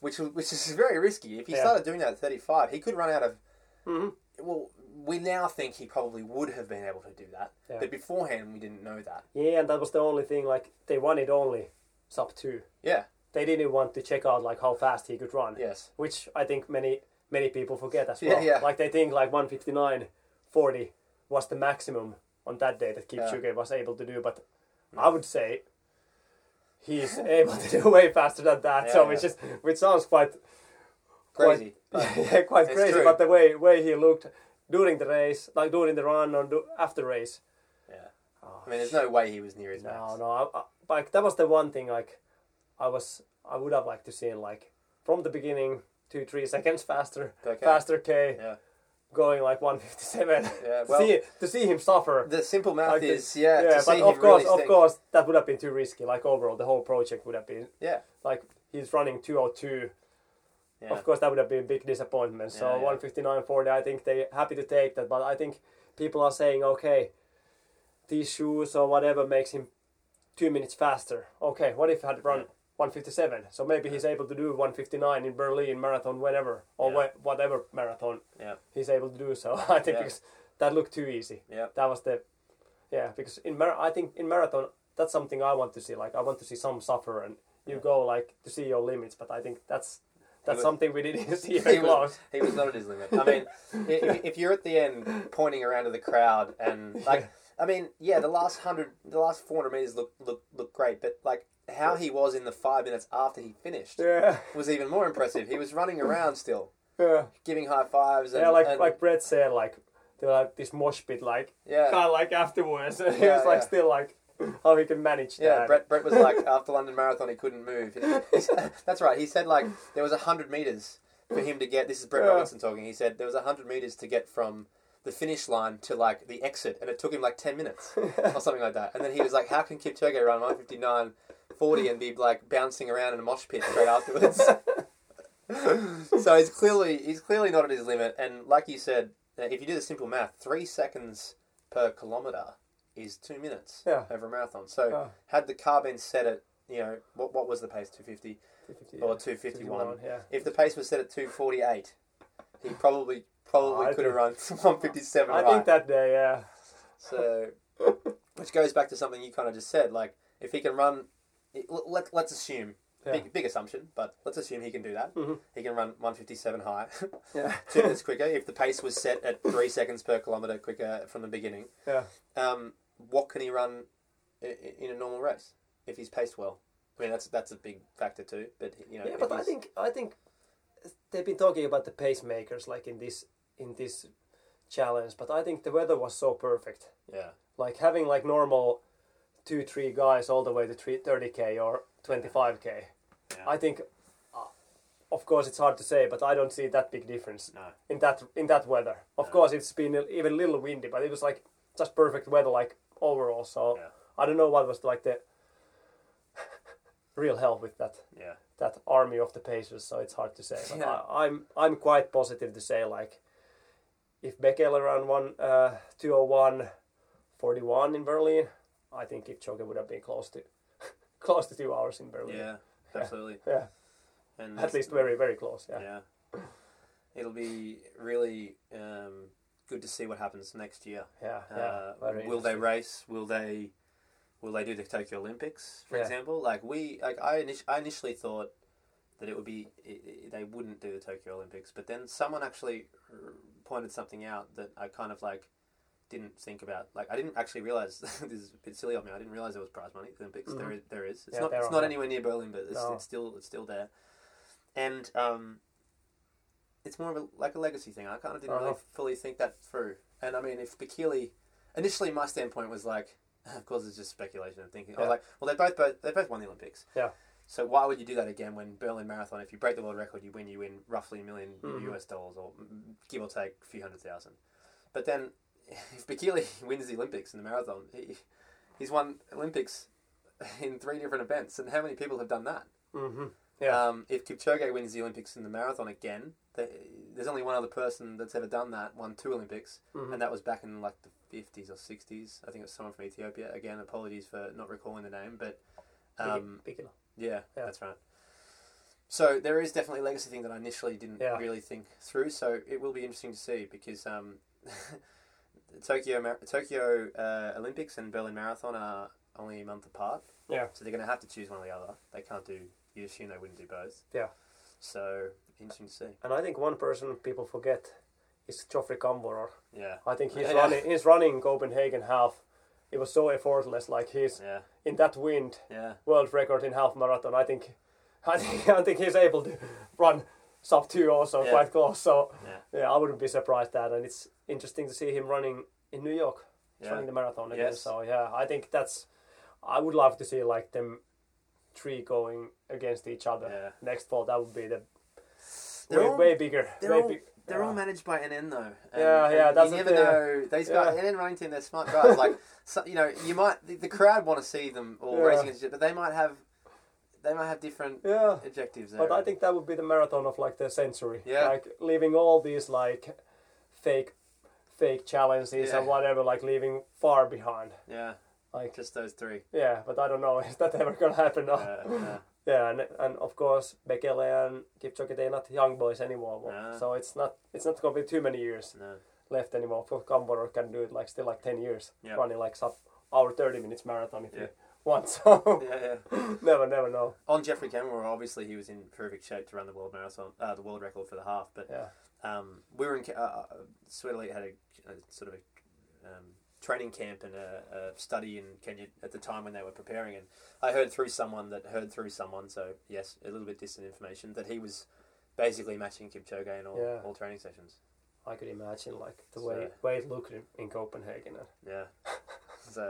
[SPEAKER 3] which, was- which is very risky. If he
[SPEAKER 1] Yeah.
[SPEAKER 3] started doing that at 35, he could run out of.
[SPEAKER 1] Mhm.
[SPEAKER 3] Well, we now think he probably would have been able to do that,
[SPEAKER 1] Yeah.
[SPEAKER 3] but beforehand we didn't know that.
[SPEAKER 1] yeah, and that was the only thing. Like they wanted only sub two.
[SPEAKER 3] Yeah,
[SPEAKER 1] They didn't want to check out like how fast he could run.
[SPEAKER 3] yes.
[SPEAKER 1] which I think many many people forget as
[SPEAKER 3] Yeah,
[SPEAKER 1] well.
[SPEAKER 3] yeah.
[SPEAKER 1] Like they think like 159, 40 was the maximum on that day that Kipchoge was able to do, but
[SPEAKER 3] Mm.
[SPEAKER 1] I would say he's able to do (laughs) way faster than that.
[SPEAKER 3] Yeah,
[SPEAKER 1] so
[SPEAKER 3] yeah.
[SPEAKER 1] it's just which sounds quite quite-
[SPEAKER 3] Crazy.
[SPEAKER 1] (laughs) yeah, quite
[SPEAKER 3] it's
[SPEAKER 1] crazy.
[SPEAKER 3] true.
[SPEAKER 1] But the way way he looked during the race, like during the run or do, after race,
[SPEAKER 3] Yeah. I mean, there's no way he was near his max.
[SPEAKER 1] Oh, no, no, I, I, like that was the one thing like I was I would have liked to see like from the beginning two three seconds faster,
[SPEAKER 3] Okay.
[SPEAKER 1] faster K,
[SPEAKER 3] Yeah.
[SPEAKER 1] going like 157. (laughs) To
[SPEAKER 3] Yeah, well-
[SPEAKER 1] see, to see him suffer.
[SPEAKER 3] The simple math
[SPEAKER 1] like
[SPEAKER 3] is,
[SPEAKER 1] this.
[SPEAKER 3] yeah, to
[SPEAKER 1] but
[SPEAKER 3] see
[SPEAKER 1] of
[SPEAKER 3] him
[SPEAKER 1] course,
[SPEAKER 3] really
[SPEAKER 1] of
[SPEAKER 3] stink.
[SPEAKER 1] course, that would have been too risky. Like overall, the whole project would have been
[SPEAKER 3] Yeah.
[SPEAKER 1] like he's running 202.
[SPEAKER 3] yeah.
[SPEAKER 1] Of course, that would have been a big disappointment. So
[SPEAKER 3] Yeah, yeah.
[SPEAKER 1] 159 40, I think they happy to take that. But I think people are saying, okay, these shoes or whatever makes him two minutes faster. Okay, what if he had run 157? So maybe he's able to do 159 in Berlin marathon, whenever or
[SPEAKER 3] Yeah.
[SPEAKER 1] wh- whatever marathon (laughs)
[SPEAKER 3] Yeah.
[SPEAKER 1] he's able to do so. (laughs) I think
[SPEAKER 3] Yeah.
[SPEAKER 1] because that looked too easy.
[SPEAKER 3] Yeah.
[SPEAKER 1] That was the yeah because in mar- I think in marathon that's something I want to see. Like I want to see some suffer and you go like to see your limits. But I think that's that's
[SPEAKER 3] was-
[SPEAKER 1] something we didn't (laughs) see
[SPEAKER 3] He
[SPEAKER 1] even
[SPEAKER 3] was,
[SPEAKER 1] close.
[SPEAKER 3] he was not at his limit. I mean, i- if, if you're at the end pointing around to the crowd
[SPEAKER 1] (laughs)
[SPEAKER 3] and like, I mean, yeah, the last hundred, the last four hundred meters look look look great, but like how he was in the five minutes after he finished
[SPEAKER 1] Yeah,
[SPEAKER 3] was even more impressive. He was running around still,
[SPEAKER 1] yeah,
[SPEAKER 3] giving high fives. And,
[SPEAKER 1] yeah. Like
[SPEAKER 3] and-
[SPEAKER 1] like Brett said, like they like this mosh pit, like
[SPEAKER 3] yeah,
[SPEAKER 1] kind of like afterwards. (laughs) And he
[SPEAKER 3] Yeah,
[SPEAKER 1] was like
[SPEAKER 3] yeah.
[SPEAKER 1] still like (laughs) how he can manage
[SPEAKER 3] Yeah,
[SPEAKER 1] that.
[SPEAKER 3] Brett, Brett was
[SPEAKER 1] (laughs)
[SPEAKER 3] like, uh, after London Marathon, he couldn't move. He (laughs) said- That's right. He said, like, there was 100 metres for him to get. This is Brett
[SPEAKER 1] Yeah.
[SPEAKER 3] Robinson talking. He said there was 100 metres to get from the finish line to, like, the exit, and it took him, like, 10 minutes or something like that. And then he was like, how can Kipchoge run 159, 40 and be, like, bouncing around in a mosh pit straight afterwards? so he's clearly, he's clearly not at his limit. And like you said, uh, if you do the simple math, three seconds per kilometre is two minutes
[SPEAKER 1] Yeah.
[SPEAKER 3] over a marathon. So
[SPEAKER 1] Yeah.
[SPEAKER 3] had the car been set at you know what what was the pace 250 or 251
[SPEAKER 1] Yeah.
[SPEAKER 3] if the pace was set at 248 he probably probably
[SPEAKER 1] I
[SPEAKER 3] could have
[SPEAKER 1] think-
[SPEAKER 3] run (laughs) 157
[SPEAKER 1] I
[SPEAKER 3] right
[SPEAKER 1] think that day, yeah.
[SPEAKER 3] so which goes back to something you kind of just said like if he can run it- l- let, let's assume
[SPEAKER 1] Yeah.
[SPEAKER 3] big, big assumption but let's assume he can do that
[SPEAKER 1] Mhm.
[SPEAKER 3] he can run 157 high (laughs)
[SPEAKER 1] Yeah.
[SPEAKER 3] two minutes quicker if the pace was set at three seconds per kilometer quicker from the beginning
[SPEAKER 1] (laughs) Yeah.
[SPEAKER 3] um, what can he run i- i- in a normal race if he's paced well? I mean, that's that's a big factor too. But you know,
[SPEAKER 1] Yeah,
[SPEAKER 3] if
[SPEAKER 1] but I
[SPEAKER 3] he's-
[SPEAKER 1] think I think they've been talking about the pacemakers like in this in this challenge, but I think the weather was so perfect.
[SPEAKER 3] yeah,
[SPEAKER 1] Like having like normal two three guys all the way to three, 30k or 25k.
[SPEAKER 3] Yeah.
[SPEAKER 1] I think uh, of course it's hard to say, but I don't see that big difference
[SPEAKER 3] No.
[SPEAKER 1] in that in that weather. Of course it's been a- even a little windy, but it was like just perfect weather like overall. So
[SPEAKER 3] Yeah.
[SPEAKER 1] I don't know what was like the (laughs) real help with that
[SPEAKER 3] yeah,
[SPEAKER 1] that army of the Pacers, so it's hard to say. But
[SPEAKER 3] Yeah.
[SPEAKER 1] I, I'm I'm quite positive to say like if Bekele ran one uh, 201 41 in Berlin, I (laughs) think Kipchoge would have been close to close to two hours in Berlin.
[SPEAKER 3] yeah, absolutely.
[SPEAKER 1] Yeah.
[SPEAKER 3] And
[SPEAKER 1] At least very, very close. Yeah.
[SPEAKER 3] yeah, it'll be really um, good to see what happens next year.
[SPEAKER 1] Yeah. Yeah.
[SPEAKER 3] Uh,
[SPEAKER 1] very
[SPEAKER 3] will they
[SPEAKER 1] interesting.
[SPEAKER 3] race? Will they? Will they do the Tokyo Olympics, for
[SPEAKER 1] Yeah.
[SPEAKER 3] example? Like we, like I, init- I initially thought that it would be i i they wouldn't do the Tokyo Olympics, but then someone actually r- pointed something out that I kind of like didn't think about. Like I didn't actually realize (laughs) this is a bit silly of me. I didn't realize there was prize money at the Olympics. There is, there is.
[SPEAKER 1] Mm-hmm.
[SPEAKER 3] It's
[SPEAKER 1] Yeah,
[SPEAKER 3] not,
[SPEAKER 1] there
[SPEAKER 3] it's
[SPEAKER 1] are,
[SPEAKER 3] not
[SPEAKER 1] yeah.
[SPEAKER 3] anywhere near Berlin, but it's,
[SPEAKER 1] No.
[SPEAKER 3] it's still, it's still there. And um, it's more of a, like a legacy thing. I kind of didn't really
[SPEAKER 1] Uh-huh.
[SPEAKER 3] fully think that through. And I mean, if Bakili, initially my standpoint was like, (laughs) of course, it's just speculation and thinking. I was
[SPEAKER 1] Yeah.
[SPEAKER 3] like, well, they both, both they both won the Olympics.
[SPEAKER 1] Yeah.
[SPEAKER 3] So why would you do that again when Berlin Marathon? If you break the world record, you win. You win roughly a 1000000
[SPEAKER 1] Mhm.
[SPEAKER 3] US dollars, or mm, give or take a few hundred thousand. But then, (laughs) if Bakili (laughs) wins the Olympics in the marathon, he, he's won Olympics (laughs) in three different events. And how many people have done that?
[SPEAKER 1] Mhm. Yeah.
[SPEAKER 3] Um, if Kipchoge wins the Olympics in the marathon again, th there's only one other person that's ever done that, won two Olympics,
[SPEAKER 1] Mhm.
[SPEAKER 3] and that was back in like the 50s or 60s. I think it was someone from Ethiopia. Again, apologies for not recalling the name, but
[SPEAKER 1] Big-
[SPEAKER 3] um,
[SPEAKER 1] big enough.
[SPEAKER 3] yeah,
[SPEAKER 1] Yeah.
[SPEAKER 3] that's right. So there is definitely a legacy thing that I initially didn't
[SPEAKER 1] Yeah.
[SPEAKER 3] really think through. So it will be interesting to see because um, (laughs) the Tokyo Mar- Tokyo uh, Olympics and Berlin Marathon are only a month apart.
[SPEAKER 1] Yeah.
[SPEAKER 3] So they're going to have to choose one or the other. They can't do. You assume they wouldn't do both.
[SPEAKER 1] Yeah.
[SPEAKER 3] So interesting to see.
[SPEAKER 1] And I think one person people forget is Geoffrey Kamborer.
[SPEAKER 3] Yeah.
[SPEAKER 1] I think he's
[SPEAKER 3] (laughs) Yeah.
[SPEAKER 1] running. He's running Copenhagen half. It was so effortless. Like he's
[SPEAKER 3] Yeah.
[SPEAKER 1] in that wind,
[SPEAKER 3] Yeah.
[SPEAKER 1] world record in half marathon. I think, (laughs) I think, I think he's able to run sub two also
[SPEAKER 3] Yeah.
[SPEAKER 1] quite close. So
[SPEAKER 3] Yeah.
[SPEAKER 1] I wouldn't be surprised that. And it's interesting to see him running in New York, he's
[SPEAKER 3] Yeah.
[SPEAKER 1] running the marathon again.
[SPEAKER 3] Yes.
[SPEAKER 1] So yeah, I think that's. I would love to see like them three going against each other
[SPEAKER 3] Yeah.
[SPEAKER 1] next fall. That would be the
[SPEAKER 3] They're
[SPEAKER 1] way,
[SPEAKER 3] all-
[SPEAKER 1] way bigger.
[SPEAKER 3] They're
[SPEAKER 1] way
[SPEAKER 3] all,
[SPEAKER 1] big-
[SPEAKER 3] they're all
[SPEAKER 1] yeah.
[SPEAKER 3] managed by NN though. And-
[SPEAKER 1] Yeah, yeah,
[SPEAKER 3] and
[SPEAKER 1] that's
[SPEAKER 3] you
[SPEAKER 1] the
[SPEAKER 3] never
[SPEAKER 1] thing.
[SPEAKER 3] know. They've got
[SPEAKER 1] Yeah.
[SPEAKER 3] NN running team. They're smart
[SPEAKER 1] (laughs)
[SPEAKER 3] guys. like so, you know, you might the, the crowd want to see them all
[SPEAKER 1] Yeah.
[SPEAKER 3] racing, and shit, but they might have they might have different
[SPEAKER 1] Yeah.
[SPEAKER 3] objectives. There.
[SPEAKER 1] But I think that would be the marathon of like the century.
[SPEAKER 3] Yeah.
[SPEAKER 1] Like leaving all these like fake fake challenges
[SPEAKER 3] Yeah.
[SPEAKER 1] and whatever, like leaving far behind.
[SPEAKER 3] yeah,
[SPEAKER 1] Like
[SPEAKER 3] just those three.
[SPEAKER 1] yeah, but I don't know, (laughs) is that ever gonna happen? No.
[SPEAKER 3] Uh,
[SPEAKER 1] (laughs)
[SPEAKER 3] uh,
[SPEAKER 1] Yeah, and, and of course Bekele and Kipchoge they're not young boys anymore.
[SPEAKER 3] No.
[SPEAKER 1] So it's not it's not gonna be too many years
[SPEAKER 3] no.
[SPEAKER 1] left anymore. Of course Gamborer can do it like still like ten years.
[SPEAKER 3] Yeah.
[SPEAKER 1] Running like sub hour thirty minutes marathon if
[SPEAKER 3] Yeah.
[SPEAKER 1] you want. (laughs) So
[SPEAKER 3] Yeah, yeah.
[SPEAKER 1] (laughs) never never know.
[SPEAKER 3] On Jeffrey Cameron, obviously he was in perfect shape to run the world marathon, uh, the world record for the half. But
[SPEAKER 1] Yeah.
[SPEAKER 3] um, we were in ca- uh, uh, Sweet Elite had a, a sort of a um, training camp and a, a study in Kenya at the time when they were preparing, and I heard through someone that heard through someone, so yes, a little bit distant information that he was basically matching Kipchoge in all,
[SPEAKER 1] Yeah.
[SPEAKER 3] all training sessions.
[SPEAKER 1] I could imagine like the
[SPEAKER 3] So-
[SPEAKER 1] way way it looked in, in Copenhagen and
[SPEAKER 3] Yeah, so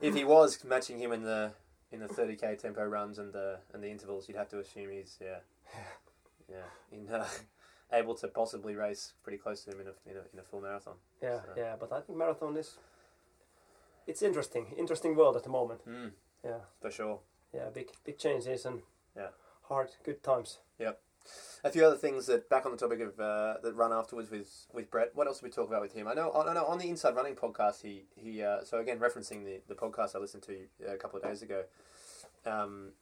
[SPEAKER 3] if he was matching him in the in the thirty k tempo runs and the and the intervals, you'd have to assume he's yeah yeah in. Uh, (laughs) Able to possibly race pretty close to him in a, in a, in a full marathon.
[SPEAKER 1] Yeah,
[SPEAKER 3] So-
[SPEAKER 1] yeah, but I think marathon is it's interesting, interesting world at the moment.
[SPEAKER 3] Mm,
[SPEAKER 1] Yeah,
[SPEAKER 3] for sure.
[SPEAKER 1] yeah, big big changes and
[SPEAKER 3] Yeah.
[SPEAKER 1] hard good times.
[SPEAKER 3] A few other things that back on the topic of uh, that run afterwards with with Brett. What else did we talk about with him? I know on, I know on the Inside Running podcast he he uh, so again referencing the, the podcast I listened to uh, a couple of days ago. Um,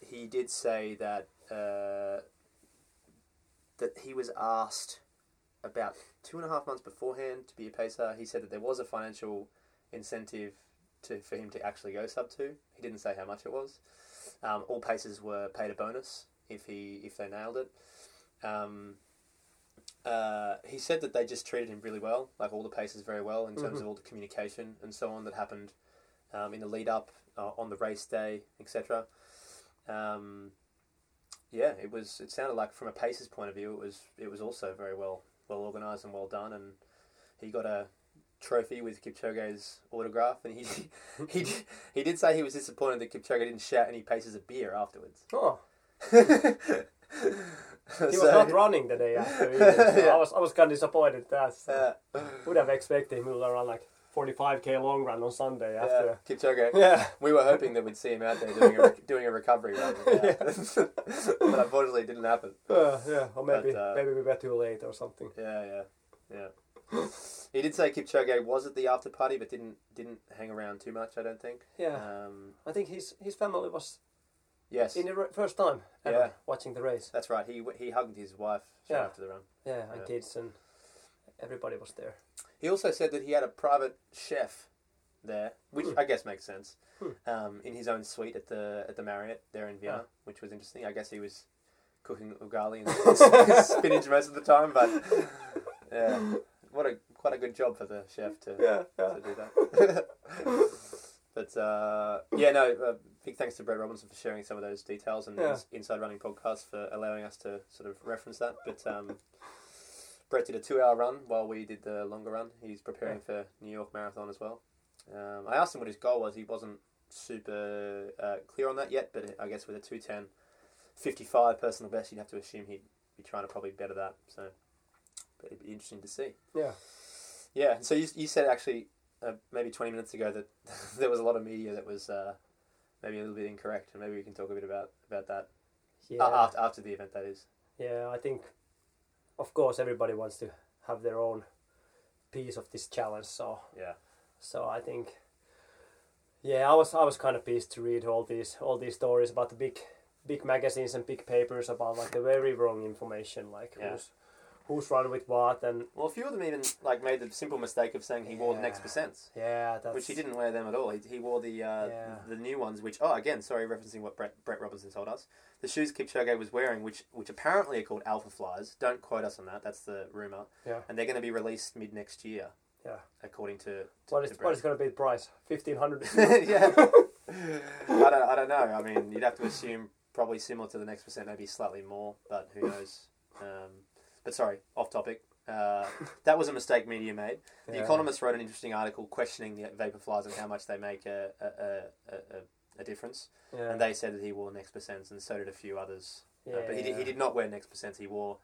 [SPEAKER 3] he did say that uh, that he was asked about two and a half months beforehand to be a pacer. He said that there was a financial incentive to for him to actually go sub two. He didn't say how much it was. Um, all pacers were paid a bonus if he if they nailed it. Um, uh, he said that they just treated him really well, like all the paces very well in terms of all the communication and so on that happened um, in the lead up uh, on the race day, etc. Um, yeah, it was. It sounded like from a pacer's point of view, it was it was also very well well organized and well done, and he got a trophy with Kipchoge's autograph, and he (laughs) he did, he did say he was disappointed that Kipchoge didn't shout any paces of beer afterwards.
[SPEAKER 1] Oh,
[SPEAKER 3] (laughs) he
[SPEAKER 1] he was not running the
[SPEAKER 3] (laughs)
[SPEAKER 1] day after. Either, so
[SPEAKER 3] Yeah.
[SPEAKER 1] I was I was kind of disappointed. That so.
[SPEAKER 3] Uh,
[SPEAKER 1] would have expected him to run like forty five k long run on Sunday
[SPEAKER 3] yeah,
[SPEAKER 1] after.
[SPEAKER 3] Kipchoge.
[SPEAKER 1] Yeah, (laughs)
[SPEAKER 3] We were hoping that we'd see him out there doing a, doing a recovery run, yeah. (laughs) but unfortunately, it didn't happen.
[SPEAKER 1] uh, yeah, or maybe
[SPEAKER 3] But, uh,
[SPEAKER 1] maybe we were too late or something.
[SPEAKER 3] Yeah, yeah, yeah. He did say Kipchoge was at the after party, but didn't didn't hang around too much. I don't think.
[SPEAKER 1] Yeah,
[SPEAKER 3] Um,
[SPEAKER 1] I think his his family was
[SPEAKER 3] Yes,
[SPEAKER 1] in the ra- first time ever
[SPEAKER 3] Yeah.
[SPEAKER 1] watching the race.
[SPEAKER 3] that's right. He he hugged his wife straight
[SPEAKER 1] Yeah.
[SPEAKER 3] after the run.
[SPEAKER 1] Yeah, and
[SPEAKER 3] Yeah.
[SPEAKER 1] kids and everybody was there.
[SPEAKER 3] He also said that he had a private chef there, which
[SPEAKER 1] Hmm.
[SPEAKER 3] I guess makes sense, um, in his own suite at the at the Marriott there in Vienna, which was interesting. I guess he was cooking ugali and
[SPEAKER 1] (laughs)
[SPEAKER 3] (laughs) spinach most of the time, but yeah, what a quite a good job for the chef to,
[SPEAKER 1] Yeah, yeah.
[SPEAKER 3] to do that. (laughs) but uh, yeah, no, uh, big thanks to Brett Robinson for sharing some of those details and
[SPEAKER 1] Yeah.
[SPEAKER 3] the Inside Running podcast for allowing us to sort of reference that. But um, (laughs) Brett did a two-hour run while we did the longer run. He's preparing for New York Marathon as well. Um, I asked him what his goal was. He wasn't super uh, clear on that yet, but I guess with a 210, 55 personal best, you'd have to assume he'd be trying to probably better that. So but it'd be interesting to see.
[SPEAKER 1] Yeah.
[SPEAKER 3] Yeah, and so you, you said actually uh, maybe 20 minutes ago that (laughs) there was a lot of media that was uh, maybe a little bit incorrect, and maybe we can talk a bit about, about that
[SPEAKER 1] Yeah.
[SPEAKER 3] uh, after, after the event, that is.
[SPEAKER 1] Yeah, I think, of course, everybody wants to have their own piece of this challenge. So,
[SPEAKER 3] Yeah.
[SPEAKER 1] so I think, yeah, I was I was kind of pissed to read all these all these stories about the big big magazines and big papers about like the very wrong information, like
[SPEAKER 3] Yeah.
[SPEAKER 1] who's who's run with what, and
[SPEAKER 3] Well, a few of them even like made the simple mistake of saying he wore the next
[SPEAKER 1] Yeah.
[SPEAKER 3] percents.
[SPEAKER 1] yeah, that's
[SPEAKER 3] Which he didn't wear them at all. He, he wore the uh,
[SPEAKER 1] Yeah.
[SPEAKER 3] the new ones, which oh again, sorry, referencing what Brett, Brett Robinson told us. The shoes Kipchoge was wearing, which which apparently are called Alpha Flies. Don't quote us on that. That's the rumor.
[SPEAKER 1] Yeah.
[SPEAKER 3] And they're going to be released mid next year,
[SPEAKER 1] Yeah.
[SPEAKER 3] according to. to
[SPEAKER 1] What is
[SPEAKER 3] to
[SPEAKER 1] what is going to be the price? Fifteen
[SPEAKER 3] (laughs)
[SPEAKER 1] hundred. (laughs)
[SPEAKER 3] Brett. yeah. I don't I don't know. I mean, you'd have to assume probably similar to the next percent, maybe slightly more, but who knows? Um, but sorry, off topic. Uh, that was a mistake media made. The
[SPEAKER 1] Yeah.
[SPEAKER 3] Economist wrote an interesting article questioning the vaporflies and how much they make a, a, a, a, a- a difference.
[SPEAKER 1] Yeah.
[SPEAKER 3] And they said that he wore Next Percents, and so did a few others. Uh, but he did, he
[SPEAKER 1] Yeah.
[SPEAKER 3] did not wear Next Percents. He wore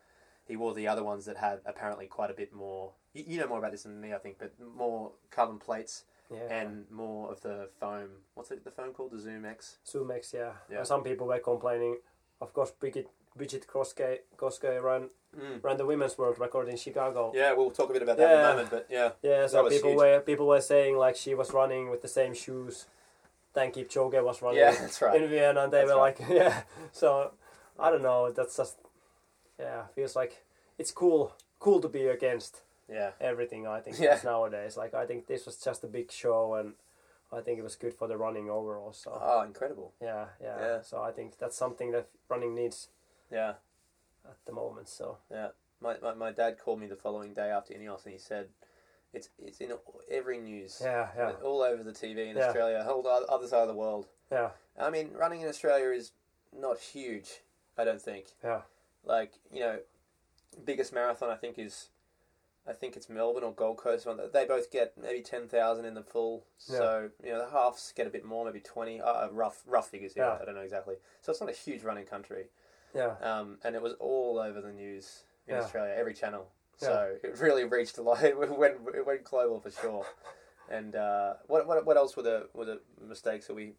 [SPEAKER 3] he wore the other ones that had apparently quite a bit more. You, you know more about this than me, I think, but more carbon plates
[SPEAKER 1] yeah.
[SPEAKER 3] and more of the foam. What's it, the foam called? The Zoom X.
[SPEAKER 1] Sumex, yeah.
[SPEAKER 3] Yeah.
[SPEAKER 1] And some people were complaining. Of course, Bridget, Bridget Koske, Koske ran, ran the women's world record in Chicago.
[SPEAKER 3] Mm. Yeah, we'll talk a bit about
[SPEAKER 1] that in a Yeah. moment,
[SPEAKER 3] but yeah,
[SPEAKER 1] Yeah,
[SPEAKER 3] That
[SPEAKER 1] so
[SPEAKER 3] was
[SPEAKER 1] people
[SPEAKER 3] huge.
[SPEAKER 1] were people were saying like she was running with the same shoes than Kipchoge was running
[SPEAKER 3] (laughs) yeah, that's
[SPEAKER 1] in
[SPEAKER 3] right.
[SPEAKER 1] Vienna, and they
[SPEAKER 3] That's
[SPEAKER 1] were
[SPEAKER 3] right.
[SPEAKER 1] like, (laughs) yeah. So I don't know. That's just yeah. Feels like it's cool cool to be against
[SPEAKER 3] Yeah,
[SPEAKER 1] everything. I think
[SPEAKER 3] Yeah.
[SPEAKER 1] that's nowadays. Like I think this was just a big show, and I think it was good for the running overall. So
[SPEAKER 3] oh, incredible.
[SPEAKER 1] yeah, yeah,
[SPEAKER 3] Yeah.
[SPEAKER 1] So I think that's something that running needs
[SPEAKER 3] Yeah.
[SPEAKER 1] at the moment. So
[SPEAKER 3] Yeah, my, my, my dad called me the following day after Ineos, and he said, "It's it's in every news,
[SPEAKER 1] yeah, yeah,
[SPEAKER 3] all over the TV in
[SPEAKER 1] Yeah.
[SPEAKER 3] Australia, all the other side of the world."
[SPEAKER 1] yeah,
[SPEAKER 3] I mean, running in Australia is not huge, I don't think.
[SPEAKER 1] yeah,
[SPEAKER 3] Like you know, biggest marathon I think is, I think it's Melbourne or Gold Coast. One they both get maybe ten thousand in the full. So you know, the halves get a bit more, maybe twenty. Uh, rough rough figures here.
[SPEAKER 1] Yeah.
[SPEAKER 3] I don't know exactly. So it's not a huge running country
[SPEAKER 1] yeah,
[SPEAKER 3] um, and it was all over the news in
[SPEAKER 1] Yeah.
[SPEAKER 3] Australia, every channel. So it really reached a lot. (laughs) It went it went global for
[SPEAKER 1] (laughs)
[SPEAKER 3] sure. And uh, what what what else were the were the mistakes that we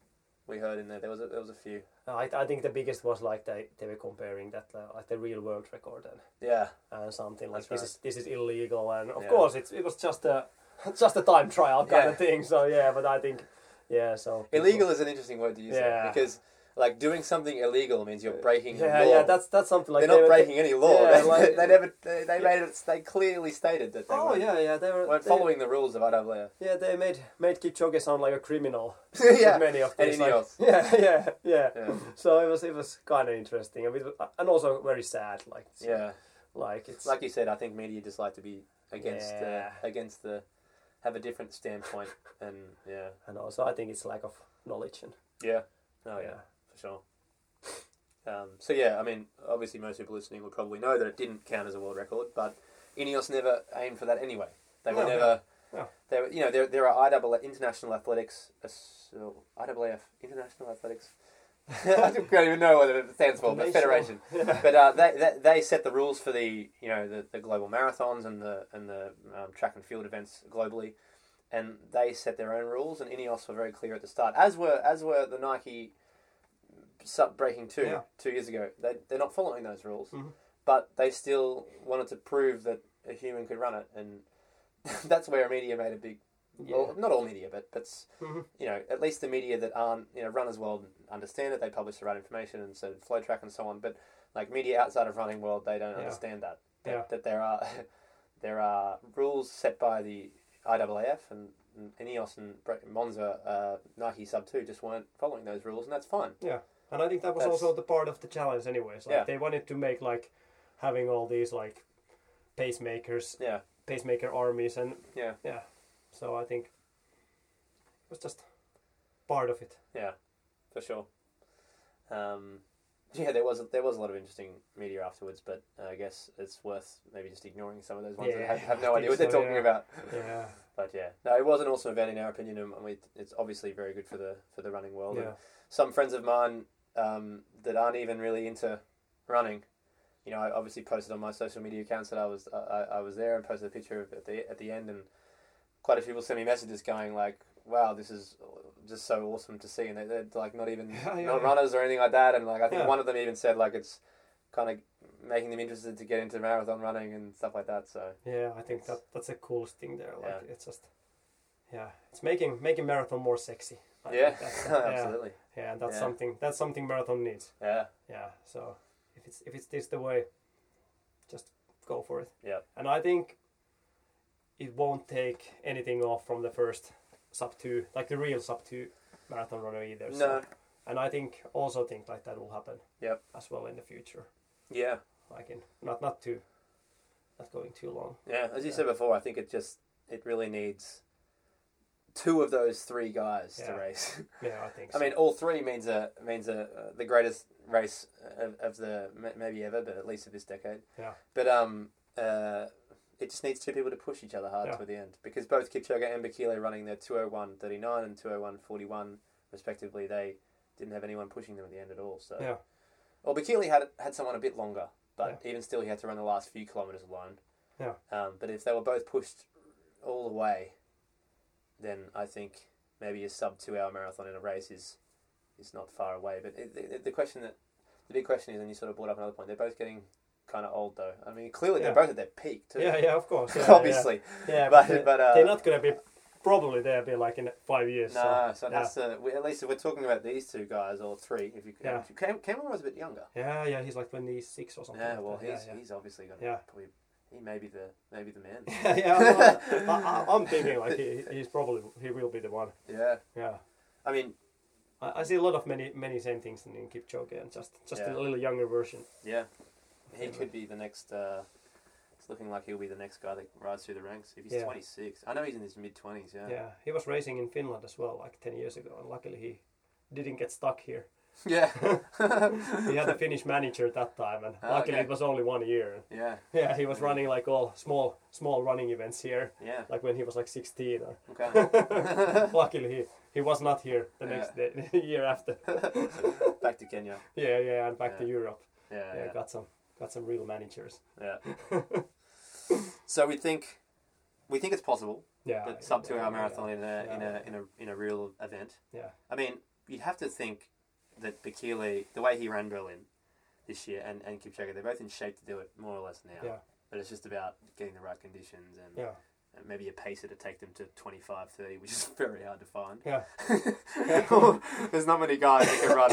[SPEAKER 3] we heard in there? There was a, there was a few.
[SPEAKER 1] I, I think the biggest was like they, they were comparing that uh, like the real world record and,
[SPEAKER 3] Yeah,
[SPEAKER 1] and something like
[SPEAKER 3] That's
[SPEAKER 1] this is this is illegal and of
[SPEAKER 3] Yeah.
[SPEAKER 1] course it's it was just a (laughs) just a time trial kind
[SPEAKER 3] Yeah.
[SPEAKER 1] of thing. So yeah, but I think yeah, so people-
[SPEAKER 3] illegal is an interesting word to use there,
[SPEAKER 1] Yeah.
[SPEAKER 3] because like doing something illegal means you're breaking
[SPEAKER 1] Yeah,
[SPEAKER 3] law.
[SPEAKER 1] yeah, that's that's something like
[SPEAKER 3] they're not
[SPEAKER 1] they were-
[SPEAKER 3] breaking any law. (laughs)
[SPEAKER 1] yeah,
[SPEAKER 3] they,
[SPEAKER 1] like-
[SPEAKER 3] they never they, they made it. They clearly stated that they
[SPEAKER 1] Oh
[SPEAKER 3] weren't,
[SPEAKER 1] yeah, yeah, they were
[SPEAKER 3] weren't
[SPEAKER 1] they-
[SPEAKER 3] following the rules of IAAF.
[SPEAKER 1] Yeah, they made made Kipchoge sound like a
[SPEAKER 3] (laughs)
[SPEAKER 1] criminal. (laughs)
[SPEAKER 3] yeah,
[SPEAKER 1] with many of
[SPEAKER 3] and
[SPEAKER 1] these,
[SPEAKER 3] Ineos.
[SPEAKER 1] like- yeah, (laughs) yeah, yeah,
[SPEAKER 3] Yeah.
[SPEAKER 1] So it was it was kind of interesting, and, it was, and also very sad. Like so-
[SPEAKER 3] yeah.
[SPEAKER 1] like it's
[SPEAKER 3] like you said, I think media just like to be against
[SPEAKER 1] Yeah.
[SPEAKER 3] the against the have a different standpoint and yeah
[SPEAKER 1] and also I think it's lack of knowledge and
[SPEAKER 3] yeah oh yeah,
[SPEAKER 1] Yeah.
[SPEAKER 3] for sure. Um, so yeah, I mean, obviously most people listening would probably know that it didn't count as a world record, but Ineos never aimed for that anyway. They were
[SPEAKER 1] No,
[SPEAKER 3] never.
[SPEAKER 1] no.
[SPEAKER 3] They were, you know, there, there are IAA International Athletics, As- uh, IAAF International Athletics. (laughs) I don't even know what it stands for, but
[SPEAKER 1] National-
[SPEAKER 3] Federation.
[SPEAKER 1] Yeah.
[SPEAKER 3] (laughs) but uh, they, they they set the rules for the you know the, the global marathons and the and the um, track and field events globally, and they set their own rules. And Ineos were very clear at the start, as were as were the Nike sub breaking two
[SPEAKER 1] Yeah.
[SPEAKER 3] two years ago. They they're not following those rules,
[SPEAKER 1] Mhm.
[SPEAKER 3] but they (laughs) still wanted to prove that a human could run it, and that's where media made a big well, not all media, but but
[SPEAKER 1] Mhm.
[SPEAKER 3] you know, at least the media that aren't you know runners world understand it. They publish the right information, and so flow track and so on. But like media outside of running world, they don't
[SPEAKER 1] Yeah.
[SPEAKER 3] understand that that,
[SPEAKER 1] Yeah.
[SPEAKER 3] that there are (laughs) there are rules set by the IAAF and. and Ineos and Bre- Monza, uh, Nike Sub 2 just weren't following those rules, and that's fine.
[SPEAKER 1] (laughs) And I think that was
[SPEAKER 3] That's-
[SPEAKER 1] also the part of the challenge, anyways. Like
[SPEAKER 3] Yeah.
[SPEAKER 1] they wanted to make like having all these like pacemakers,
[SPEAKER 3] Yeah.
[SPEAKER 1] pacemaker armies, and
[SPEAKER 3] Yeah.
[SPEAKER 1] yeah. So I think it was just part of
[SPEAKER 3] (laughs)
[SPEAKER 1] it.
[SPEAKER 3] for sure. Um, (laughs) yeah, there was there was a lot of interesting media afterwards, but uh, I guess it's worth maybe just ignoring some of those ones that
[SPEAKER 1] Yeah,
[SPEAKER 3] have,
[SPEAKER 1] (laughs)
[SPEAKER 3] have
[SPEAKER 1] I
[SPEAKER 3] no
[SPEAKER 1] think
[SPEAKER 3] idea what they're
[SPEAKER 1] so,
[SPEAKER 3] talking
[SPEAKER 1] yeah.
[SPEAKER 3] about.
[SPEAKER 1] Yeah,
[SPEAKER 3] But yeah, no, it was an awesome event in our opinion, and we, it's obviously very good for the for the running world. And
[SPEAKER 1] yeah,
[SPEAKER 3] Some friends of mine um, that aren't even really into running, you know, I obviously posted on my social media accounts that I was I, I- I was there and posted a picture of at the at the end, and quite a few people sent me messages going like, "Wow, this is just so awesome to see," and they, they're like not
[SPEAKER 1] (laughs)
[SPEAKER 3] even
[SPEAKER 1] Yeah, yeah,
[SPEAKER 3] not
[SPEAKER 1] yeah.
[SPEAKER 3] runners or anything like that, and like I think
[SPEAKER 1] Yeah.
[SPEAKER 3] one of them even said like it's kind of making them interested to get into marathon running and stuff like that. So
[SPEAKER 1] yeah. I think
[SPEAKER 3] It's-
[SPEAKER 1] that that's the coolest thing there. Like it's just, yeah, it's making making marathon more sexy. I think
[SPEAKER 3] yeah, (laughs)
[SPEAKER 1] that's- yeah,
[SPEAKER 3] absolutely,
[SPEAKER 1] yeah. And that's
[SPEAKER 3] Yeah.
[SPEAKER 1] something that's something marathon needs.
[SPEAKER 3] yeah.
[SPEAKER 1] Yeah. So if it's if it's this the way, just go for it.
[SPEAKER 3] Yeah.
[SPEAKER 1] And I think it won't take anything off from the first sub two, like the real sub two marathon runner either. so-
[SPEAKER 3] No.
[SPEAKER 1] And I think also think like that will happen.
[SPEAKER 3] Yep.
[SPEAKER 1] As well in the future,
[SPEAKER 3] Yeah,
[SPEAKER 1] like in not not too, not going too long.
[SPEAKER 3] yeah. As you
[SPEAKER 1] Yeah.
[SPEAKER 3] said before, I think it just it really needs two of those three guys to
[SPEAKER 1] Yeah.
[SPEAKER 3] race. (laughs)
[SPEAKER 1] Yeah, I think. so.
[SPEAKER 3] I mean, all three means a means a uh, the greatest race of, of the m- maybe ever, but at least of this decade.
[SPEAKER 1] Yeah.
[SPEAKER 3] But um, uh, it just needs two people to push each other hard
[SPEAKER 1] Yeah.
[SPEAKER 3] to the end because both Kipchoge and Bakile running their two hundred one thirty nine and two hundred one forty one respectively, they didn't have anyone pushing them at the end at all. So
[SPEAKER 1] Yeah.
[SPEAKER 3] Well, Bakili had had someone a bit longer, but even still, he had to run the last few kilometres alone.
[SPEAKER 1] Yeah.
[SPEAKER 3] Um, but if they were both pushed all the way, then I think maybe a sub two hour marathon in a race is is not far away. But it, the, the question that the big question is, and you sort of brought up another point, they're both getting kind of old though. I mean, clearly
[SPEAKER 1] Yeah.
[SPEAKER 3] they're both at their peak too. (laughs)
[SPEAKER 1] yeah, yeah, of course. Yeah,
[SPEAKER 3] Obviously,
[SPEAKER 1] Yeah, yeah
[SPEAKER 3] but
[SPEAKER 1] but, they-
[SPEAKER 3] but, uh,
[SPEAKER 1] they're not gonna be. Probably they'll be like in five years. so-
[SPEAKER 3] no, so it
[SPEAKER 1] yeah.
[SPEAKER 3] has to. We, at least if we're talking about these two guys or three, if you
[SPEAKER 1] Yeah.
[SPEAKER 3] Cam, Cameron was a bit younger.
[SPEAKER 1] Yeah, yeah, he's like twenty six or something.
[SPEAKER 3] Yeah,
[SPEAKER 1] like
[SPEAKER 3] well,
[SPEAKER 1] that.
[SPEAKER 3] he's
[SPEAKER 1] yeah, yeah.
[SPEAKER 3] he's obviously gonna
[SPEAKER 1] Yeah.
[SPEAKER 3] probably he may be the maybe the
[SPEAKER 1] (laughs)
[SPEAKER 3] man.
[SPEAKER 1] yeah, yeah. I'm, uh,
[SPEAKER 3] (laughs)
[SPEAKER 1] I, I'm thinking like he, he's probably he will be the one.
[SPEAKER 3] yeah,
[SPEAKER 1] Yeah,
[SPEAKER 3] I mean,
[SPEAKER 1] I, I see a lot of many many same things in in Kipchoge and just just
[SPEAKER 3] Yeah.
[SPEAKER 1] a little younger version.
[SPEAKER 3] yeah, he
[SPEAKER 1] Anyway.
[SPEAKER 3] could be the next. Uh, it's looking like he'll be the next guy that rides through the ranks if he's
[SPEAKER 1] Yeah.
[SPEAKER 3] 26. I know he's in his mid 20s. Yeah,
[SPEAKER 1] Yeah. he was racing in Finland as well like ten years ago, and luckily he didn't get stuck here.
[SPEAKER 3] (laughs) yeah, (laughs)
[SPEAKER 1] He had a Finnish manager at that time, and
[SPEAKER 3] Ah,
[SPEAKER 1] luckily
[SPEAKER 3] okay.
[SPEAKER 1] it was only one year. (laughs)
[SPEAKER 3] yeah,
[SPEAKER 1] Yeah, he was running like all small small running events here,
[SPEAKER 3] yeah.
[SPEAKER 1] like when he was like sixteen. Or
[SPEAKER 3] Okay,
[SPEAKER 1] (laughs) luckily he he was not here the
[SPEAKER 3] Yeah.
[SPEAKER 1] next day, (laughs) year after.
[SPEAKER 3] back to Kenya.
[SPEAKER 1] Yeah, yeah, and back to
[SPEAKER 3] Yeah.
[SPEAKER 1] Europe.
[SPEAKER 3] Yeah,
[SPEAKER 1] yeah,
[SPEAKER 3] yeah,
[SPEAKER 1] got some got some real
[SPEAKER 3] (laughs)
[SPEAKER 1] managers.
[SPEAKER 3] yeah. so we think, we think it's possible
[SPEAKER 1] Yeah,
[SPEAKER 3] that sub two hour marathon in a in
[SPEAKER 1] Yeah.
[SPEAKER 3] a in a in a real event.
[SPEAKER 1] Yeah.
[SPEAKER 3] I mean, you'd have to think that Bakili, the way he ran Berlin this year, and, and Kipchoge, they're both in shape to do it more or less now.
[SPEAKER 1] Yeah.
[SPEAKER 3] But it's just about getting the right conditions and,
[SPEAKER 1] Yeah,
[SPEAKER 3] and maybe a pacer to take them to 25, 30, which is (laughs) very hard to find.
[SPEAKER 1] yeah,
[SPEAKER 3] (laughs) There's not many guys that
[SPEAKER 1] (laughs)
[SPEAKER 3] can run,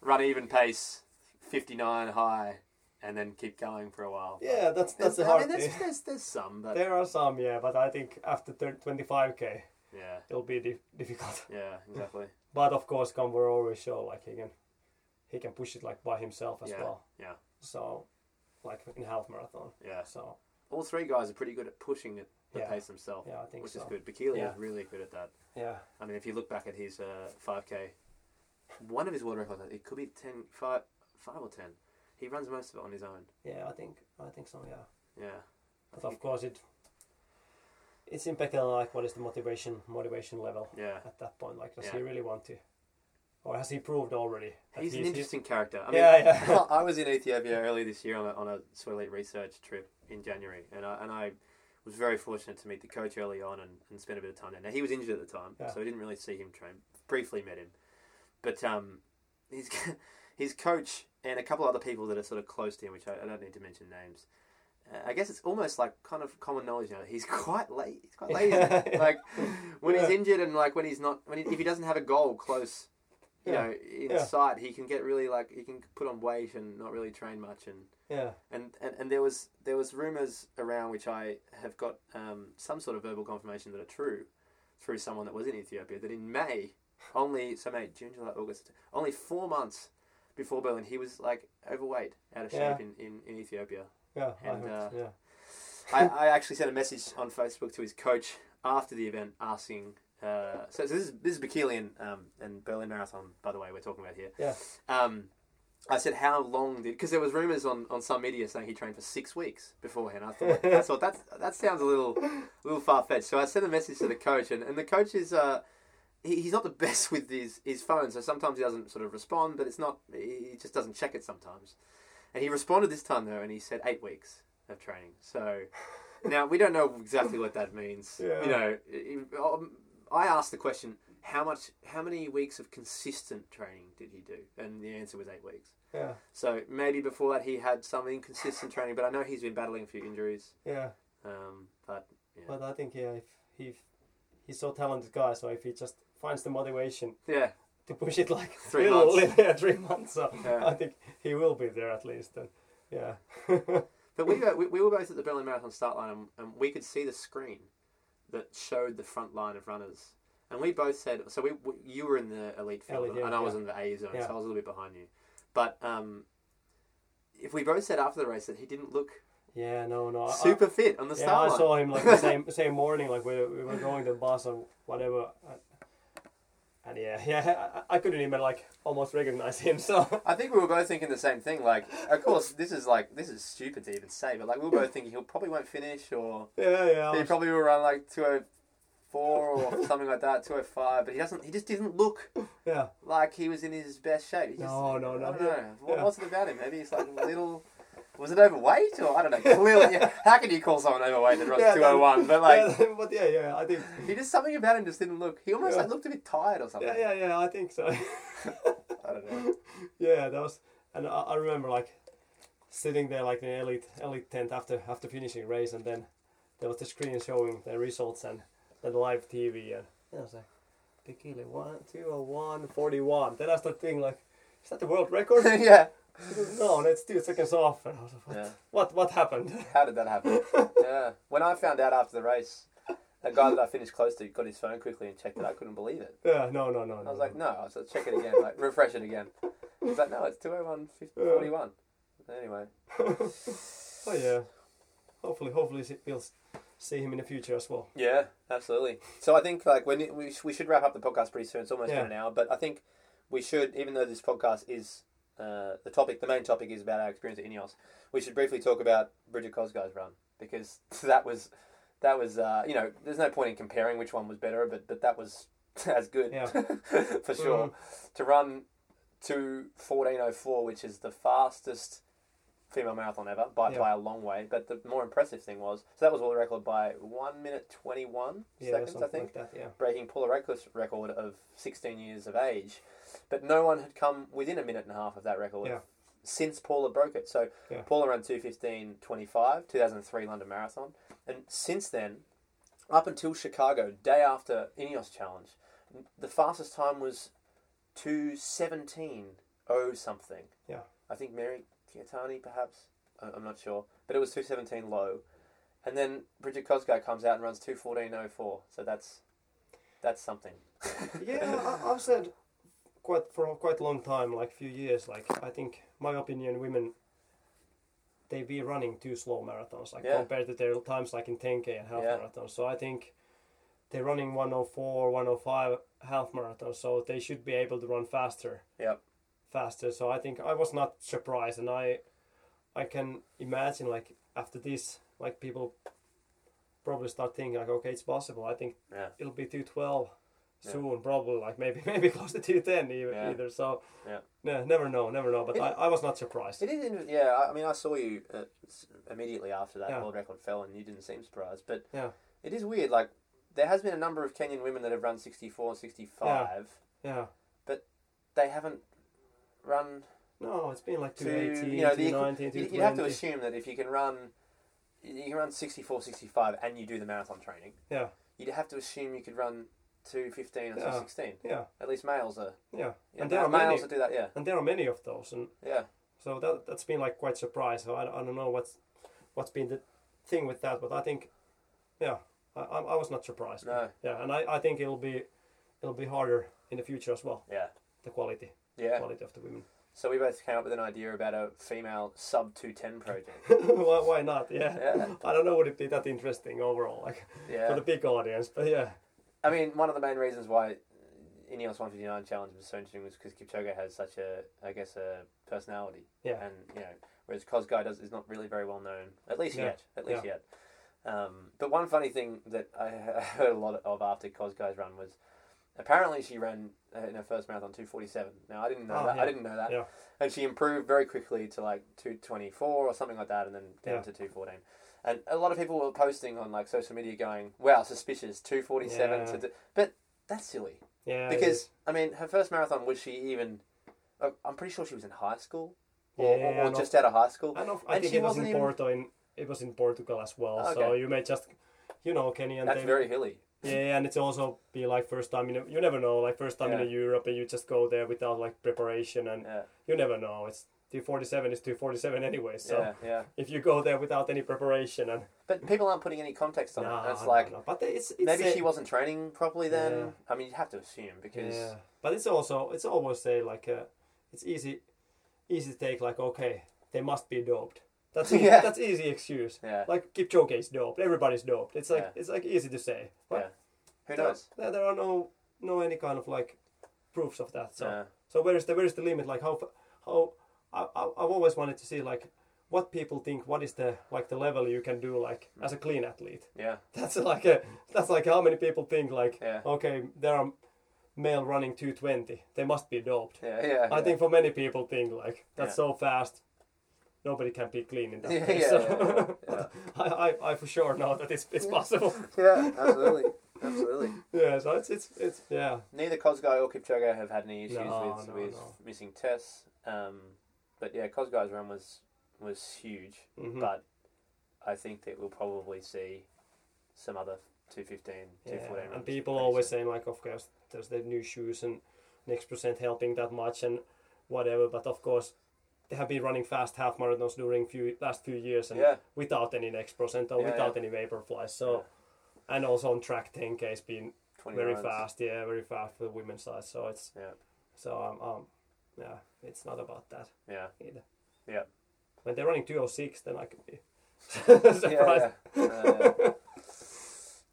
[SPEAKER 3] run even pace 59 high and then keep going for a while.
[SPEAKER 1] yeah. That's that's the
[SPEAKER 3] I mean,
[SPEAKER 1] hard
[SPEAKER 3] there's,
[SPEAKER 1] thing. (laughs)
[SPEAKER 3] there's, there's some, but
[SPEAKER 1] There are some, yeah, but I think after twenty five k,
[SPEAKER 3] yeah,
[SPEAKER 1] it'll be di- difficult. (laughs)
[SPEAKER 3] yeah, exactly.
[SPEAKER 1] But of course, Convor always show like he can, he can push it like by himself as
[SPEAKER 3] yeah,
[SPEAKER 1] well.
[SPEAKER 3] yeah,
[SPEAKER 1] So, like in half marathon.
[SPEAKER 3] yeah.
[SPEAKER 1] So
[SPEAKER 3] all three guys are pretty good at pushing at the
[SPEAKER 1] Yeah.
[SPEAKER 3] pace themselves,
[SPEAKER 1] yeah, I think
[SPEAKER 3] which
[SPEAKER 1] so.
[SPEAKER 3] is good. Bakili
[SPEAKER 1] Yeah.
[SPEAKER 3] is really good at that.
[SPEAKER 1] Yeah,
[SPEAKER 3] I mean, if you look back at his uh, 5K, one of his world records, it could be 10, 5, 5 or 10. He runs most of it on his own.
[SPEAKER 1] yeah. I think I think so. Yeah,
[SPEAKER 3] Yeah.
[SPEAKER 1] but of course it. It's impeccable. Like, what is the motivation motivation level
[SPEAKER 3] Yeah.
[SPEAKER 1] at that point? Like, does
[SPEAKER 3] Yeah.
[SPEAKER 1] he really want to, or has he proved already? that
[SPEAKER 3] He's an interesting character. I mean,
[SPEAKER 1] Yeah, yeah.
[SPEAKER 3] (laughs) I was in Ethiopia earlier this year on a, on a Soil Elite research trip in January, and I, and I was very fortunate to meet the coach early on and, and spend a bit of time there. Now, he was injured at the time,
[SPEAKER 1] Yeah.
[SPEAKER 3] so I didn't really see him train. Briefly met him. But um, (laughs) his, his coach and a couple other people that are sort of close to him, which I, I don't need to mention names, uh, I guess it's almost like kind of common knowledge now. He's (laughs) quite late. He's quite
[SPEAKER 1] (laughs)
[SPEAKER 3] lazy. like when he's
[SPEAKER 1] Yeah.
[SPEAKER 3] injured and like when he's not when he, if he doesn't have a goal close, you
[SPEAKER 1] Yeah.
[SPEAKER 3] know, in
[SPEAKER 1] Yeah.
[SPEAKER 3] sight, he can get really like he can put on weight and not really train much and
[SPEAKER 1] Yeah.
[SPEAKER 3] and, and, and there was there was rumors around which I have got um, some sort of verbal confirmation that are true through someone that was in Ethiopia that in May only so May June July August only four months before Berlin he was like overweight out of shape
[SPEAKER 1] Yeah.
[SPEAKER 3] in, in, in Ethiopia
[SPEAKER 1] Yeah. I
[SPEAKER 3] And,
[SPEAKER 1] heard,
[SPEAKER 3] uh,
[SPEAKER 1] yeah.
[SPEAKER 3] I, I actually sent a message on Facebook to his coach after the event asking. Uh, so, so this is this is Bekelian um, and Berlin Marathon, by the way, we're talking about here.
[SPEAKER 1] Yeah.
[SPEAKER 3] Um, I said, how long did? Because there was rumors on, on some media saying he trained for six weeks beforehand. I thought, I thought that that sounds a little a little far fetched. So I sent a message to the coach, and, and the coach is uh, he, he's not the (laughs) best with his his phone. So sometimes he doesn't sort of respond, but it's not he he just doesn't check it sometimes. And he responded this time though, and he said eight weeks of training. So now we don't know exactly what that means.
[SPEAKER 1] Yeah.
[SPEAKER 3] You know, i- i- um, I asked the question, how much, how many weeks of consistent training did he do? And the answer was eight weeks.
[SPEAKER 1] Yeah.
[SPEAKER 3] So maybe before that he had some inconsistent training, but I know he's been battling a few injuries.
[SPEAKER 1] Yeah.
[SPEAKER 3] Um, but yeah,
[SPEAKER 1] But I think yeah, if he he's so talented guy, so if he just finds the motivation
[SPEAKER 3] yeah,
[SPEAKER 1] to push it like (laughs)
[SPEAKER 3] Three
[SPEAKER 1] little,
[SPEAKER 3] months.
[SPEAKER 1] yeah, three months, so
[SPEAKER 3] Yeah.
[SPEAKER 1] I think he will be there at least. Then. Yeah. (laughs)
[SPEAKER 3] But we, were, we, we were both at the Berlin Marathon start line and, and we could see the screen that showed the front line of runners. And we both said, so we, we you were in the elite field
[SPEAKER 1] Elite, yeah,
[SPEAKER 3] and I was
[SPEAKER 1] yeah.
[SPEAKER 3] in the A zone,
[SPEAKER 1] Yeah.
[SPEAKER 3] so I was a little bit behind you. But um, if we both said after the race that he didn't look
[SPEAKER 1] yeah. No. No. I-
[SPEAKER 3] super fit on the
[SPEAKER 1] Yeah,
[SPEAKER 3] start
[SPEAKER 1] I
[SPEAKER 3] line.
[SPEAKER 1] saw him
[SPEAKER 3] (laughs)
[SPEAKER 1] like the same same morning, like we, we were going to the bus or whatever, and, and yeah, (laughs) yeah, I- I, I couldn't even like almost recognize him. (laughs) So
[SPEAKER 3] I think we were both thinking the same thing. Like, of course, this is like this is stupid to even say, but like we were both thinking he'll probably won't finish, or
[SPEAKER 1] yeah, yeah, I
[SPEAKER 3] he
[SPEAKER 1] was-
[SPEAKER 3] probably will run like two oh four or (laughs) something like that, two oh five. But he doesn't. He just didn't look
[SPEAKER 1] yeah,
[SPEAKER 3] like he was in his best shape. He just,
[SPEAKER 1] No, no, no.
[SPEAKER 3] I don't know. What,
[SPEAKER 1] Yeah.
[SPEAKER 3] What's it about him? Maybe he's like a little. Was it overweight or I don't know? Clearly, how can you call someone overweight that runs
[SPEAKER 1] Yeah,
[SPEAKER 3] two oh one? But
[SPEAKER 1] (laughs)
[SPEAKER 3] like,
[SPEAKER 1] yeah, but yeah, yeah, I think,
[SPEAKER 3] he just something about him just didn't look. He almost
[SPEAKER 1] Yeah.
[SPEAKER 3] like looked a bit tired or something.
[SPEAKER 1] yeah, yeah, yeah, I think so. (laughs)
[SPEAKER 3] I don't know.
[SPEAKER 1] yeah, that was, and I, I remember like sitting there like in the elite elite tent after after finishing race, and then there was the screen showing the results and then live TV, and yeah, I was like, Bikili one two oh one forty one. Then I started thinking like, is that the world
[SPEAKER 3] (laughs)
[SPEAKER 1] record?
[SPEAKER 3] yeah.
[SPEAKER 1] no, that's two seconds off. And I was like, what,
[SPEAKER 3] Yeah.
[SPEAKER 1] what, what happened? (laughs)
[SPEAKER 3] How did that happen? yeah. When I found out after the race, a guy that I finished close to got his phone quickly and checked it. I couldn't believe it.
[SPEAKER 1] yeah, no, no, no.
[SPEAKER 3] I was like, no, I was like, check it again, like refresh it again. He's like, no, it's two oh one forty one. Anyway,
[SPEAKER 1] (laughs) oh yeah. Hopefully, hopefully se- we'll s- see him in the future as
[SPEAKER 3] (laughs)
[SPEAKER 1] well.
[SPEAKER 3] yeah, absolutely. So I think like when it, we sh- we should wrap up the podcast pretty soon. It's almost
[SPEAKER 1] Yeah.
[SPEAKER 3] been an hour, but I think we should, even though this podcast is uh, the topic, the main topic is about our experience at Ineos. We should briefly talk about Bridget Cosguy's run because (laughs) that was that was uh, you know there's no point in comparing which one was better, but but that was (laughs) as good
[SPEAKER 1] Yeah.
[SPEAKER 3] (laughs) for sure
[SPEAKER 1] Mm.
[SPEAKER 3] to run to 1404, which is the fastest female marathon ever by,
[SPEAKER 1] Yeah.
[SPEAKER 3] by a long way. But the more impressive thing was so that was world record by one minute 21
[SPEAKER 1] Yeah,
[SPEAKER 3] seconds, I
[SPEAKER 1] something
[SPEAKER 3] think
[SPEAKER 1] like that.
[SPEAKER 3] (laughs)
[SPEAKER 1] Yeah.
[SPEAKER 3] breaking Paula Radcliffe's record of 16 years of age, but no one had come within a minute and a half of that record
[SPEAKER 1] Yeah.
[SPEAKER 3] since Paula broke it. So
[SPEAKER 1] Yeah.
[SPEAKER 3] Paula ran 215.25, 2003 London Marathon, and since then, up until Chicago, day after Ineos Challenge, the fastest time was 217 oh something.
[SPEAKER 1] Yeah.
[SPEAKER 3] I think Mary Kiatani perhaps. I- I'm not sure, but it was 217 low. And then Bridget Cosgrove comes out and runs 214.04. So that's that's something.
[SPEAKER 1] yeah, I, I've said quite for a quite long time, like few years. Like I think my opinion, women they be running too slow marathons, like
[SPEAKER 3] Yeah.
[SPEAKER 1] compared to their times like in 10k and half
[SPEAKER 3] Yeah.
[SPEAKER 1] marathons. So I think they're running 104, 105 half marathons, so they should be able to run faster.
[SPEAKER 3] Yep.
[SPEAKER 1] Faster. So I think I was not surprised, and I I can imagine like after this, like people probably start thinking like, okay, it's possible. I think
[SPEAKER 3] Yeah.
[SPEAKER 1] it'll be two twelve
[SPEAKER 3] Yeah.
[SPEAKER 1] soon, probably like maybe (laughs) maybe close to two ten either.
[SPEAKER 3] Yeah.
[SPEAKER 1] either. So
[SPEAKER 3] Yeah.
[SPEAKER 1] no, never know, never know. But
[SPEAKER 3] It-
[SPEAKER 1] I, I was not surprised.
[SPEAKER 3] It is interesting. Yeah, I- I mean, I saw you uh, s- immediately after that
[SPEAKER 1] Yeah.
[SPEAKER 3] world record fell, and you didn't seem surprised. But
[SPEAKER 1] Yeah.
[SPEAKER 3] it is weird. Like, there has been a number of Kenyan women that have run 64, 65.
[SPEAKER 1] yeah,
[SPEAKER 3] They haven't run
[SPEAKER 1] no, it's been like
[SPEAKER 3] to,
[SPEAKER 1] two eighteen,
[SPEAKER 3] you know, the,
[SPEAKER 1] two nineteen, two
[SPEAKER 3] you'd,
[SPEAKER 1] twenty.
[SPEAKER 3] you'd have to assume that if you can run you can run 64, 65 and you do the marathon training,
[SPEAKER 1] Yeah.
[SPEAKER 3] you'd have to assume you could run 215 or
[SPEAKER 1] Yeah.
[SPEAKER 3] 216.
[SPEAKER 1] Yeah.
[SPEAKER 3] At least males are.
[SPEAKER 1] Yeah.
[SPEAKER 3] Yeah,
[SPEAKER 1] and there are many.
[SPEAKER 3] males that do that, yeah.
[SPEAKER 1] And there are many of those, and
[SPEAKER 3] Yeah.
[SPEAKER 1] so that that's been like quite surprised. So I, I don't know what's what's been the thing with that, but I think, yeah, I I, I was not surprised.
[SPEAKER 3] No.
[SPEAKER 1] Yeah, and I, I think it'll be it'll be harder in the future as well.
[SPEAKER 3] Yeah.
[SPEAKER 1] The quality
[SPEAKER 3] Yeah.
[SPEAKER 1] quality of the women. (laughs)
[SPEAKER 3] So we both came up with an idea about a female sub
[SPEAKER 1] (laughs)
[SPEAKER 3] 210 project.
[SPEAKER 1] why, why not? Yeah.
[SPEAKER 3] Yeah.
[SPEAKER 1] (laughs) I don't know would it be that interesting overall, like for
[SPEAKER 3] Yeah.
[SPEAKER 1] the big audience, but yeah.
[SPEAKER 3] I mean, one of the main reasons why Ineos 159 challenge was so interesting was because Kipchoge has such a, I guess, a personality.
[SPEAKER 1] Yeah.
[SPEAKER 3] And, you know, whereas Kosgei does, is not really very well known, at least
[SPEAKER 1] Yeah.
[SPEAKER 3] yet. At least yet. Um, but one funny thing that I (laughs) I heard a lot of after Kosgei's run was apparently she ran uh, in her first marathon 247. Now, I didn't know
[SPEAKER 1] Oh,
[SPEAKER 3] that.
[SPEAKER 1] yeah.
[SPEAKER 3] I didn't know that.
[SPEAKER 1] Yeah.
[SPEAKER 3] And she improved very quickly to like 224 or something like that, and then down
[SPEAKER 1] Yeah.
[SPEAKER 3] to 214. And a lot of people were posting on like social media going, wow, suspicious, 247
[SPEAKER 1] Yeah.
[SPEAKER 3] to. d-" But that's silly.
[SPEAKER 1] Yeah. it
[SPEAKER 3] Because,
[SPEAKER 1] is.
[SPEAKER 3] I mean, her first marathon, was she even. uh, I'm pretty sure she was in high school or,
[SPEAKER 1] Yeah,
[SPEAKER 3] or,
[SPEAKER 1] and
[SPEAKER 3] just out of high school.
[SPEAKER 1] I know I
[SPEAKER 3] and
[SPEAKER 1] think
[SPEAKER 3] she
[SPEAKER 1] it was in
[SPEAKER 3] wasn't even- Ah,
[SPEAKER 1] Porto in it was in Portugal as well. So
[SPEAKER 3] Okay.
[SPEAKER 1] you may just you know, Kenny and
[SPEAKER 3] That's
[SPEAKER 1] they-
[SPEAKER 3] very hilly.
[SPEAKER 1] Yeah, and it's also be like first time in a, you never know, like first time in
[SPEAKER 3] Yeah.
[SPEAKER 1] a Europe and you just go there without like preparation and
[SPEAKER 3] Yeah.
[SPEAKER 1] you never know. It's two forty seven is two forty seven anyway, so
[SPEAKER 3] yeah, yeah.
[SPEAKER 1] if you go there without any preparation and
[SPEAKER 3] But people aren't putting any context on
[SPEAKER 1] No,
[SPEAKER 3] it. It's
[SPEAKER 1] no,
[SPEAKER 3] like,
[SPEAKER 1] no. but it's, it's
[SPEAKER 3] maybe
[SPEAKER 1] a-
[SPEAKER 3] she wasn't training properly then.
[SPEAKER 1] Yeah.
[SPEAKER 3] I mean, you'd have to assume because.
[SPEAKER 1] Yeah, but it's also it's always say like uh, it's easy easy to take like okay they must be doped.
[SPEAKER 3] (laughs)
[SPEAKER 1] That's e,
[SPEAKER 3] Yeah.
[SPEAKER 1] that's easy excuse.
[SPEAKER 3] Yeah.
[SPEAKER 1] Like Kipchoge is doped. Everybody's doped. It's like
[SPEAKER 3] Yeah.
[SPEAKER 1] it's like easy to say. But there-
[SPEAKER 3] Who knows?
[SPEAKER 1] There, there are no no any kind of like proofs of that. So
[SPEAKER 3] Yeah.
[SPEAKER 1] so where is the where is the limit? Like how fa- how I, I I've always wanted to see like what people think what is the like the level you can do like as a clean athlete (laughs)
[SPEAKER 3] Yeah.
[SPEAKER 1] that's like a, that's like how many people think like
[SPEAKER 3] Yeah.
[SPEAKER 1] okay there are male running 220 they must be doped
[SPEAKER 3] Yeah. Yeah.
[SPEAKER 1] i
[SPEAKER 3] yeah.
[SPEAKER 1] think for many people think like that's
[SPEAKER 3] Yeah.
[SPEAKER 1] so fast nobody can be clean in that
[SPEAKER 3] (laughs) Yeah,
[SPEAKER 1] pace
[SPEAKER 3] yeah,
[SPEAKER 1] so
[SPEAKER 3] yeah, yeah, yeah.
[SPEAKER 1] (laughs) I, I, I for sure know that it's, it's possible (laughs)
[SPEAKER 3] Yeah. Absolutely. absolutely.
[SPEAKER 1] yeah so it's it's, it's yeah
[SPEAKER 3] Neither Kosgei or Kipchoge have had any issues
[SPEAKER 1] No, Oh,
[SPEAKER 3] with
[SPEAKER 1] no,
[SPEAKER 3] with
[SPEAKER 1] no.
[SPEAKER 3] missing tests. Um, but yeah, Kosgei's run was was huge.
[SPEAKER 1] Mhm.
[SPEAKER 3] But I think that we'll probably see some other 215, 214
[SPEAKER 1] yeah.
[SPEAKER 3] runs
[SPEAKER 1] and people
[SPEAKER 3] pretty
[SPEAKER 1] always
[SPEAKER 3] soon.
[SPEAKER 1] saying like of course there's the new shoes and next percent helping that much and whatever but of course they have been running fast half marathons during few last few years and
[SPEAKER 3] Yeah.
[SPEAKER 1] without any next percent or
[SPEAKER 3] Yeah,
[SPEAKER 1] without
[SPEAKER 3] yeah.
[SPEAKER 1] any vapor flies so and also on track 10k has been
[SPEAKER 3] 20
[SPEAKER 1] very
[SPEAKER 3] runs.
[SPEAKER 1] fast yeah very fast for the women's side so it's
[SPEAKER 3] Yeah.
[SPEAKER 1] so um, um yeah it's not about that
[SPEAKER 3] Yeah.
[SPEAKER 1] either
[SPEAKER 3] Yeah.
[SPEAKER 1] when they're running 206 then i could be (laughs) surprised
[SPEAKER 3] yeah, yeah. Uh, yeah.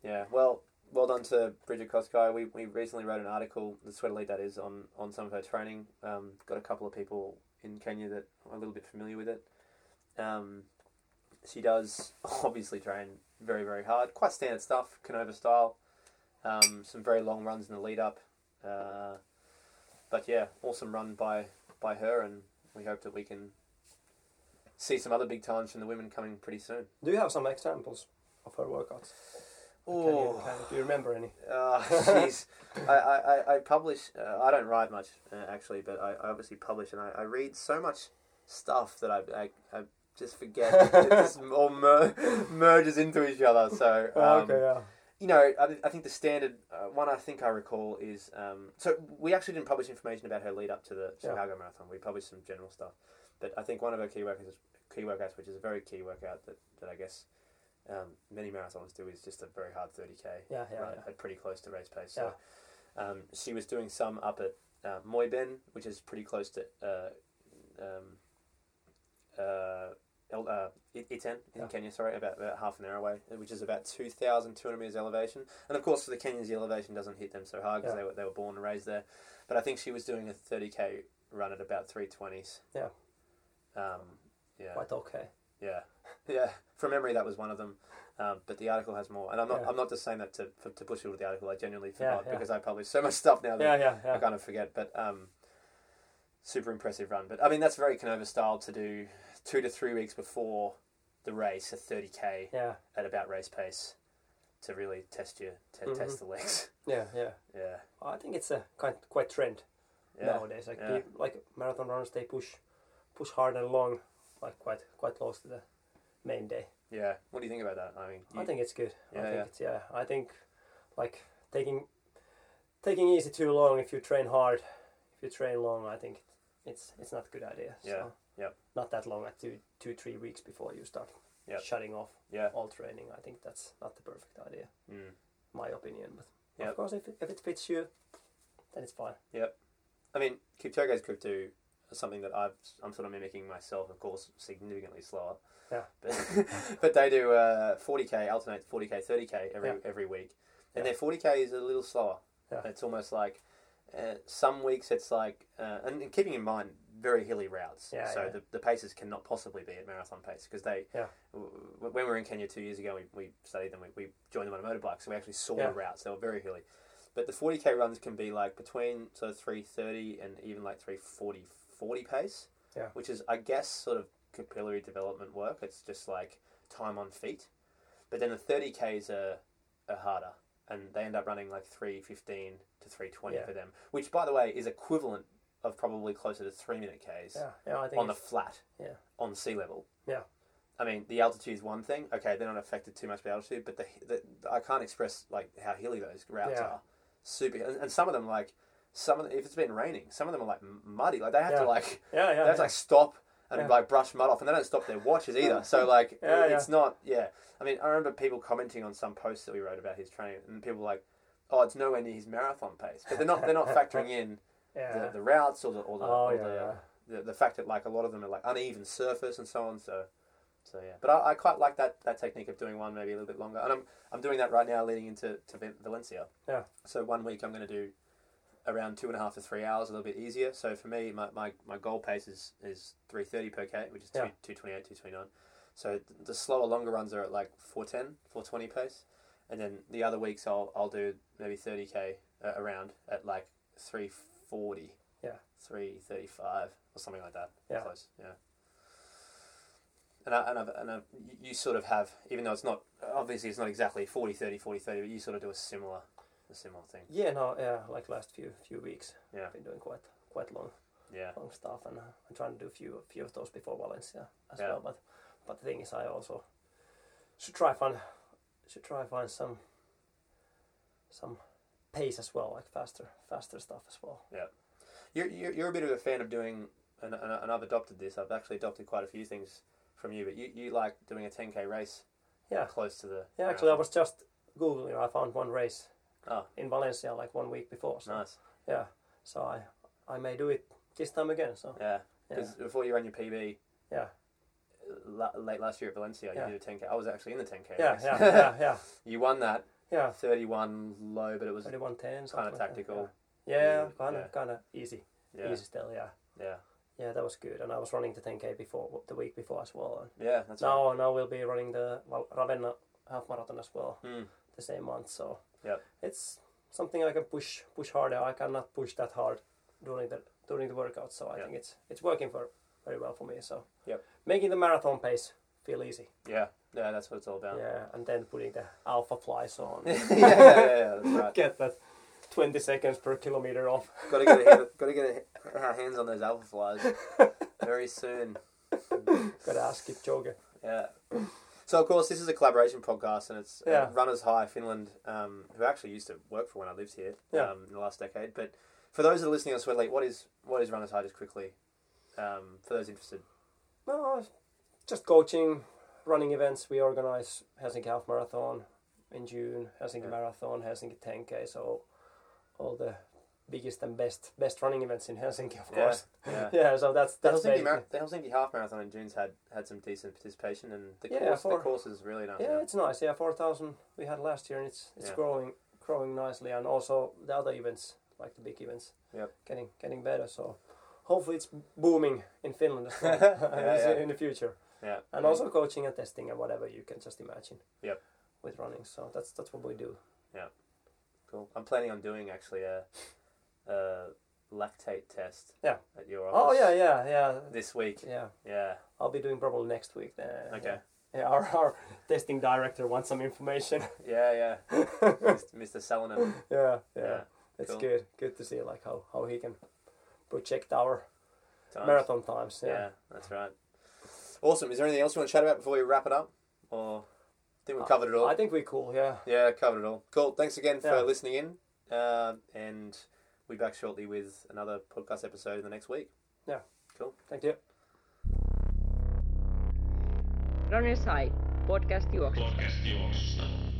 [SPEAKER 3] yeah. Well, well done to Bridget Koskai. We, we recently wrote an article, the Sweat Elite that is, on, on some of her training. Um, got a couple of people in Kenya that are a little bit familiar with it. Um, she does (laughs) obviously train very, very hard. Quite standard stuff, Canova style. Um, some very long runs in the lead up. Uh, but yeah, awesome run by, by her, and we hope that we can see some other big times from the women coming pretty soon.
[SPEAKER 1] do you have some examples of her workouts Can you-
[SPEAKER 3] (laughs) Oh,
[SPEAKER 1] can- do you remember any
[SPEAKER 3] Ah, jeez. I, I, I- I publish, uh, I don't write much uh, actually, but I, I obviously publish and I, I read so much stuff that I, I, I just forget. (laughs) it just all mer- merges into each other. So, um,
[SPEAKER 1] Oh, okay, yeah.
[SPEAKER 3] you know, I, I think the standard uh, one I think I recall is um, so we actually didn't publish information about her lead up to the
[SPEAKER 1] Yeah.
[SPEAKER 3] Chicago Marathon. We published some general stuff, but I think one of her key workouts, key workouts, which is a very key workout that, that I guess um, many marathons do, is just a very hard thirty k
[SPEAKER 1] Yeah, yeah,
[SPEAKER 3] run
[SPEAKER 1] yeah.
[SPEAKER 3] at pretty close to race pace. So um, she was doing some up at uh, Moiben, which is pretty close to uh, um, uh, El- uh, I- Iten in
[SPEAKER 1] Yeah.
[SPEAKER 3] Kenya, sorry, about, about half an hour away, which is about 2,200 metres elevation. And of course, for the Kenyans, the elevation doesn't hit them so hard because
[SPEAKER 1] Yeah.
[SPEAKER 3] they, were, they were born and raised there. But I think she was doing a 30k run at about 320s.
[SPEAKER 1] Yeah.
[SPEAKER 3] Um, yeah.
[SPEAKER 1] Quite okay.
[SPEAKER 3] Yeah, (laughs) yeah. From memory, that was one of them. Um, but the article has more, and I'm not.
[SPEAKER 1] Yeah.
[SPEAKER 3] I'm not just saying that to for, to push you with the article. I genuinely
[SPEAKER 1] Yeah,
[SPEAKER 3] forgot
[SPEAKER 1] yeah.
[SPEAKER 3] because I publish so much stuff now that
[SPEAKER 1] Yeah, yeah,
[SPEAKER 3] I
[SPEAKER 1] yeah.
[SPEAKER 3] kind of forget. But um, super impressive run. But I mean, that's very Canova style to do two to three weeks before the race, a 30k
[SPEAKER 1] Yeah,
[SPEAKER 3] at about race pace, to really test your te-
[SPEAKER 1] Mm-hmm.
[SPEAKER 3] test the legs. (laughs)
[SPEAKER 1] yeah, yeah.
[SPEAKER 3] Yeah,
[SPEAKER 1] I think it's a quite quite trend
[SPEAKER 3] yeah,
[SPEAKER 1] nowadays. Like
[SPEAKER 3] yeah.
[SPEAKER 1] pe- like marathon runners, they push push hard and long, like quite quite close to the main day.
[SPEAKER 3] Yeah. What do you think about that? I mean, you,
[SPEAKER 1] I think it's good.
[SPEAKER 3] Yeah,
[SPEAKER 1] I think
[SPEAKER 3] yeah.
[SPEAKER 1] it's yeah. I think like taking taking easy too long if you train hard, if you train long, I think it's it's not a good idea.
[SPEAKER 3] Yeah,
[SPEAKER 1] So
[SPEAKER 3] yep.
[SPEAKER 1] Not that long, like two two, three weeks before you start
[SPEAKER 3] Yep.
[SPEAKER 1] shutting off
[SPEAKER 3] Yeah.
[SPEAKER 1] all training. I think that's not the perfect idea.
[SPEAKER 3] Mm.
[SPEAKER 1] My opinion. But
[SPEAKER 3] Yep.
[SPEAKER 1] of course if it, if it fits you then it's fine.
[SPEAKER 3] I mean, Kipchoge's crypto is something that I've, I'm sort of mimicking myself, of course, significantly slower.
[SPEAKER 1] Yeah.
[SPEAKER 3] But, (laughs) but they do uh, 40k, alternate 40k, 30k every,
[SPEAKER 1] Yeah.
[SPEAKER 3] every week. And
[SPEAKER 1] Yeah.
[SPEAKER 3] their 40k is a little slower.
[SPEAKER 1] Yeah.
[SPEAKER 3] It's almost like uh, some weeks it's like, uh, and, and keeping in mind, very hilly routes.
[SPEAKER 1] Yeah,
[SPEAKER 3] so
[SPEAKER 1] yeah.
[SPEAKER 3] The, the paces cannot possibly be at marathon pace because they,
[SPEAKER 1] Yeah.
[SPEAKER 3] w- w- when we were in Kenya two years ago, we, we studied them, we, we joined them on a motorbike, so we actually saw
[SPEAKER 1] Yeah.
[SPEAKER 3] the routes. They were very hilly. But the 40k runs can be like between sort of 330 and even like 340 40 pace,
[SPEAKER 1] Yeah.
[SPEAKER 3] which is, I guess, sort of capillary development work. It's just like time on feet. But then the 30ks are, are harder and they end up running like 315 to 320
[SPEAKER 1] Yeah.
[SPEAKER 3] for them, which, by the way, is equivalent of probably closer to three minute Ks
[SPEAKER 1] Yeah. Yeah, I think
[SPEAKER 3] on the
[SPEAKER 1] it's-
[SPEAKER 3] flat,
[SPEAKER 1] Yeah.
[SPEAKER 3] on sea level.
[SPEAKER 1] Yeah.
[SPEAKER 3] I mean, the altitude is one thing. Okay, they're not affected too much by altitude, but the, the I can't express like how hilly those routes
[SPEAKER 1] Yeah.
[SPEAKER 3] are. Super, and, and some of them like some of the, if it's been raining, some of them are like muddy. Like they have
[SPEAKER 1] Yeah.
[SPEAKER 3] to like
[SPEAKER 1] yeah, yeah,
[SPEAKER 3] they have to
[SPEAKER 1] yeah.
[SPEAKER 3] like stop and
[SPEAKER 1] Yeah.
[SPEAKER 3] like brush mud off, and they don't stop their watches either. So like
[SPEAKER 1] (laughs) Yeah,
[SPEAKER 3] it's not yeah. I mean, I remember people commenting on some posts that we wrote about his training, and people were like, oh, it's nowhere near his marathon pace, but they're not they're not factoring in
[SPEAKER 1] yeah.
[SPEAKER 3] the, the routes or the or the,
[SPEAKER 1] oh
[SPEAKER 3] or
[SPEAKER 1] yeah,
[SPEAKER 3] the
[SPEAKER 1] yeah.
[SPEAKER 3] the, the fact that like a lot of them are like uneven surface and so on. So, so yeah. But I, I quite like that that technique of doing one maybe a little bit longer, and I'm I'm doing that right now leading into to Val- Valencia.
[SPEAKER 1] Yeah.
[SPEAKER 3] So one week I'm going to do around two and a half to three hours, a little bit easier. So for me, my, my, my goal pace is is three thirty per k, which is
[SPEAKER 1] Yeah.
[SPEAKER 3] two twenty eight, two twenty nine. So th- the slower, longer runs are at like 410, 420 pace, and then the other weeks I'll I'll do maybe thirty k uh, around at like three forty three thirty-five or something like that.
[SPEAKER 1] Yeah.
[SPEAKER 3] Close. Yeah. And I, and I've, and I've, you- you sort of have, even though it's not obviously it's not exactly 40, 30, 40, 30, but you sort of do a similar, a similar thing.
[SPEAKER 1] Yeah, no, yeah, like last few few weeks.
[SPEAKER 3] Yeah.
[SPEAKER 1] I've been doing quite quite long
[SPEAKER 3] Yeah.
[SPEAKER 1] long stuff, and uh, I'm trying to do a few few of those before Valencia as
[SPEAKER 3] Yeah.
[SPEAKER 1] well. But but the thing is, I also should try find should try find some some pace as well, like faster faster stuff as well.
[SPEAKER 3] You're, you're, you're a bit of a fan of doing, and, and, and I've adopted this. I've actually adopted quite a few things from you, but you, you like doing a 10k race.
[SPEAKER 1] Yeah.
[SPEAKER 3] Close to the.
[SPEAKER 1] Yeah, actually, I
[SPEAKER 3] marathon.
[SPEAKER 1] was just googling. I found one race
[SPEAKER 3] Oh.
[SPEAKER 1] in Valencia like one week before. So
[SPEAKER 3] Nice.
[SPEAKER 1] yeah, so I I may do it this time again. So
[SPEAKER 3] Yeah.
[SPEAKER 1] yeah,
[SPEAKER 3] Because before you ran your PB.
[SPEAKER 1] Yeah.
[SPEAKER 3] La- late last year at Valencia,
[SPEAKER 1] Yeah.
[SPEAKER 3] you did a 10k. I was actually in the 10k.
[SPEAKER 1] yeah,
[SPEAKER 3] race. (laughs)
[SPEAKER 1] yeah, yeah, yeah,
[SPEAKER 3] you won that.
[SPEAKER 1] yeah.
[SPEAKER 3] 31 low, but it was
[SPEAKER 1] Only one ten.
[SPEAKER 3] kind of tactical.
[SPEAKER 1] Yeah,
[SPEAKER 3] Mm,
[SPEAKER 1] kind
[SPEAKER 3] yeah.
[SPEAKER 1] of kind of easy,
[SPEAKER 3] Yeah,
[SPEAKER 1] easy still. Yeah.
[SPEAKER 3] yeah,
[SPEAKER 1] Yeah, that was good. And I was running the 10k before the week before as well. And
[SPEAKER 3] yeah. That's right.
[SPEAKER 1] now, now we'll be running the Val- Ravenna half marathon as well
[SPEAKER 3] Mm.
[SPEAKER 1] the same month. So
[SPEAKER 3] Yep.
[SPEAKER 1] it's something I can push push harder. I cannot push that hard during the during the workout. So I
[SPEAKER 3] Yeah.
[SPEAKER 1] think it's it's working for very well for me. So
[SPEAKER 3] Yep.
[SPEAKER 1] making the marathon pace feel easy.
[SPEAKER 3] Yeah, yeah. That's what it's all about.
[SPEAKER 1] Yeah, (laughs) and then putting the alpha flies on.
[SPEAKER 3] (laughs) yeah, yeah, yeah, that's right.
[SPEAKER 1] Get that 20 seconds per kilometer off. (laughs)
[SPEAKER 3] got to get a hand, got to get a, our hands on those alpha flies
[SPEAKER 1] (laughs)
[SPEAKER 3] very soon.
[SPEAKER 1] Gotta ask Kipchoge.
[SPEAKER 3] Yeah. So of course this is a collaboration podcast, and it's uh,
[SPEAKER 1] Yeah.
[SPEAKER 3] Runners High Finland, um, who actually used to work for when I lived here
[SPEAKER 1] Yeah.
[SPEAKER 3] um, in the last decade. But for those that are listening on Swedley, what is what is Runners High? Just quickly, um, for
[SPEAKER 1] (laughs)
[SPEAKER 3] those interested.
[SPEAKER 1] No, just coaching, running events. We organize Helsinki Half Marathon in June, Helsinki
[SPEAKER 3] Yeah.
[SPEAKER 1] Marathon, Helsinki 10K. So all the biggest and best best running events in Helsinki, of
[SPEAKER 3] Yeah.
[SPEAKER 1] course.
[SPEAKER 3] Yeah.
[SPEAKER 1] Yeah, so that's
[SPEAKER 3] The
[SPEAKER 1] that's
[SPEAKER 3] Helsinki,
[SPEAKER 1] basically.
[SPEAKER 3] Mar- the Helsinki half marathon in June's had, had some decent participation, and the
[SPEAKER 1] Yeah,
[SPEAKER 3] course
[SPEAKER 1] for-
[SPEAKER 3] the course is really nice.
[SPEAKER 1] yeah, it's nice. Yeah, 4,000 we had last year, and it's it's
[SPEAKER 3] Yeah.
[SPEAKER 1] growing growing nicely, and also the other events like the big events,
[SPEAKER 3] Yep.
[SPEAKER 1] getting getting better. So hopefully it's booming in Finland (laughs)
[SPEAKER 3] (laughs)
[SPEAKER 1] as well
[SPEAKER 3] Yeah,
[SPEAKER 1] in,
[SPEAKER 3] yeah.
[SPEAKER 1] in the future.
[SPEAKER 3] Yeah,
[SPEAKER 1] and also coaching and testing and whatever you can just imagine.
[SPEAKER 3] Yep.
[SPEAKER 1] With running, so that's that's what we do.
[SPEAKER 3] cool. I'm planning on doing actually a, a lactate test.
[SPEAKER 1] Yeah.
[SPEAKER 3] At your
[SPEAKER 1] Oh
[SPEAKER 3] office.
[SPEAKER 1] yeah, yeah, yeah,
[SPEAKER 3] This week.
[SPEAKER 1] yeah.
[SPEAKER 3] Yeah.
[SPEAKER 1] I'll be doing probably next week. Then.
[SPEAKER 3] Okay.
[SPEAKER 1] Yeah, our, our testing director wants some information. (laughs)
[SPEAKER 3] Yeah, yeah. Mis- Mr. Salonen.
[SPEAKER 1] yeah, yeah,
[SPEAKER 3] Yeah.
[SPEAKER 1] It's
[SPEAKER 3] cool.
[SPEAKER 1] good. Good to see like how how he can project our
[SPEAKER 3] Times.
[SPEAKER 1] marathon times.
[SPEAKER 3] Yeah.
[SPEAKER 1] Yeah.
[SPEAKER 3] that's right. Awesome. Is there anything else you want to chat about before we wrap it up? Or I think we covered it all.
[SPEAKER 1] Uh, I think we're cool, yeah.
[SPEAKER 3] Yeah, covered it all. Cool. Thanks again for
[SPEAKER 1] Yeah.
[SPEAKER 3] listening in. Uh, and we'll be back shortly with another podcast episode in the next week.
[SPEAKER 1] Yeah.
[SPEAKER 3] Cool.
[SPEAKER 1] Thank you.
[SPEAKER 2] Runners High, podcast juoksusta.
[SPEAKER 4] podcast juoksusta.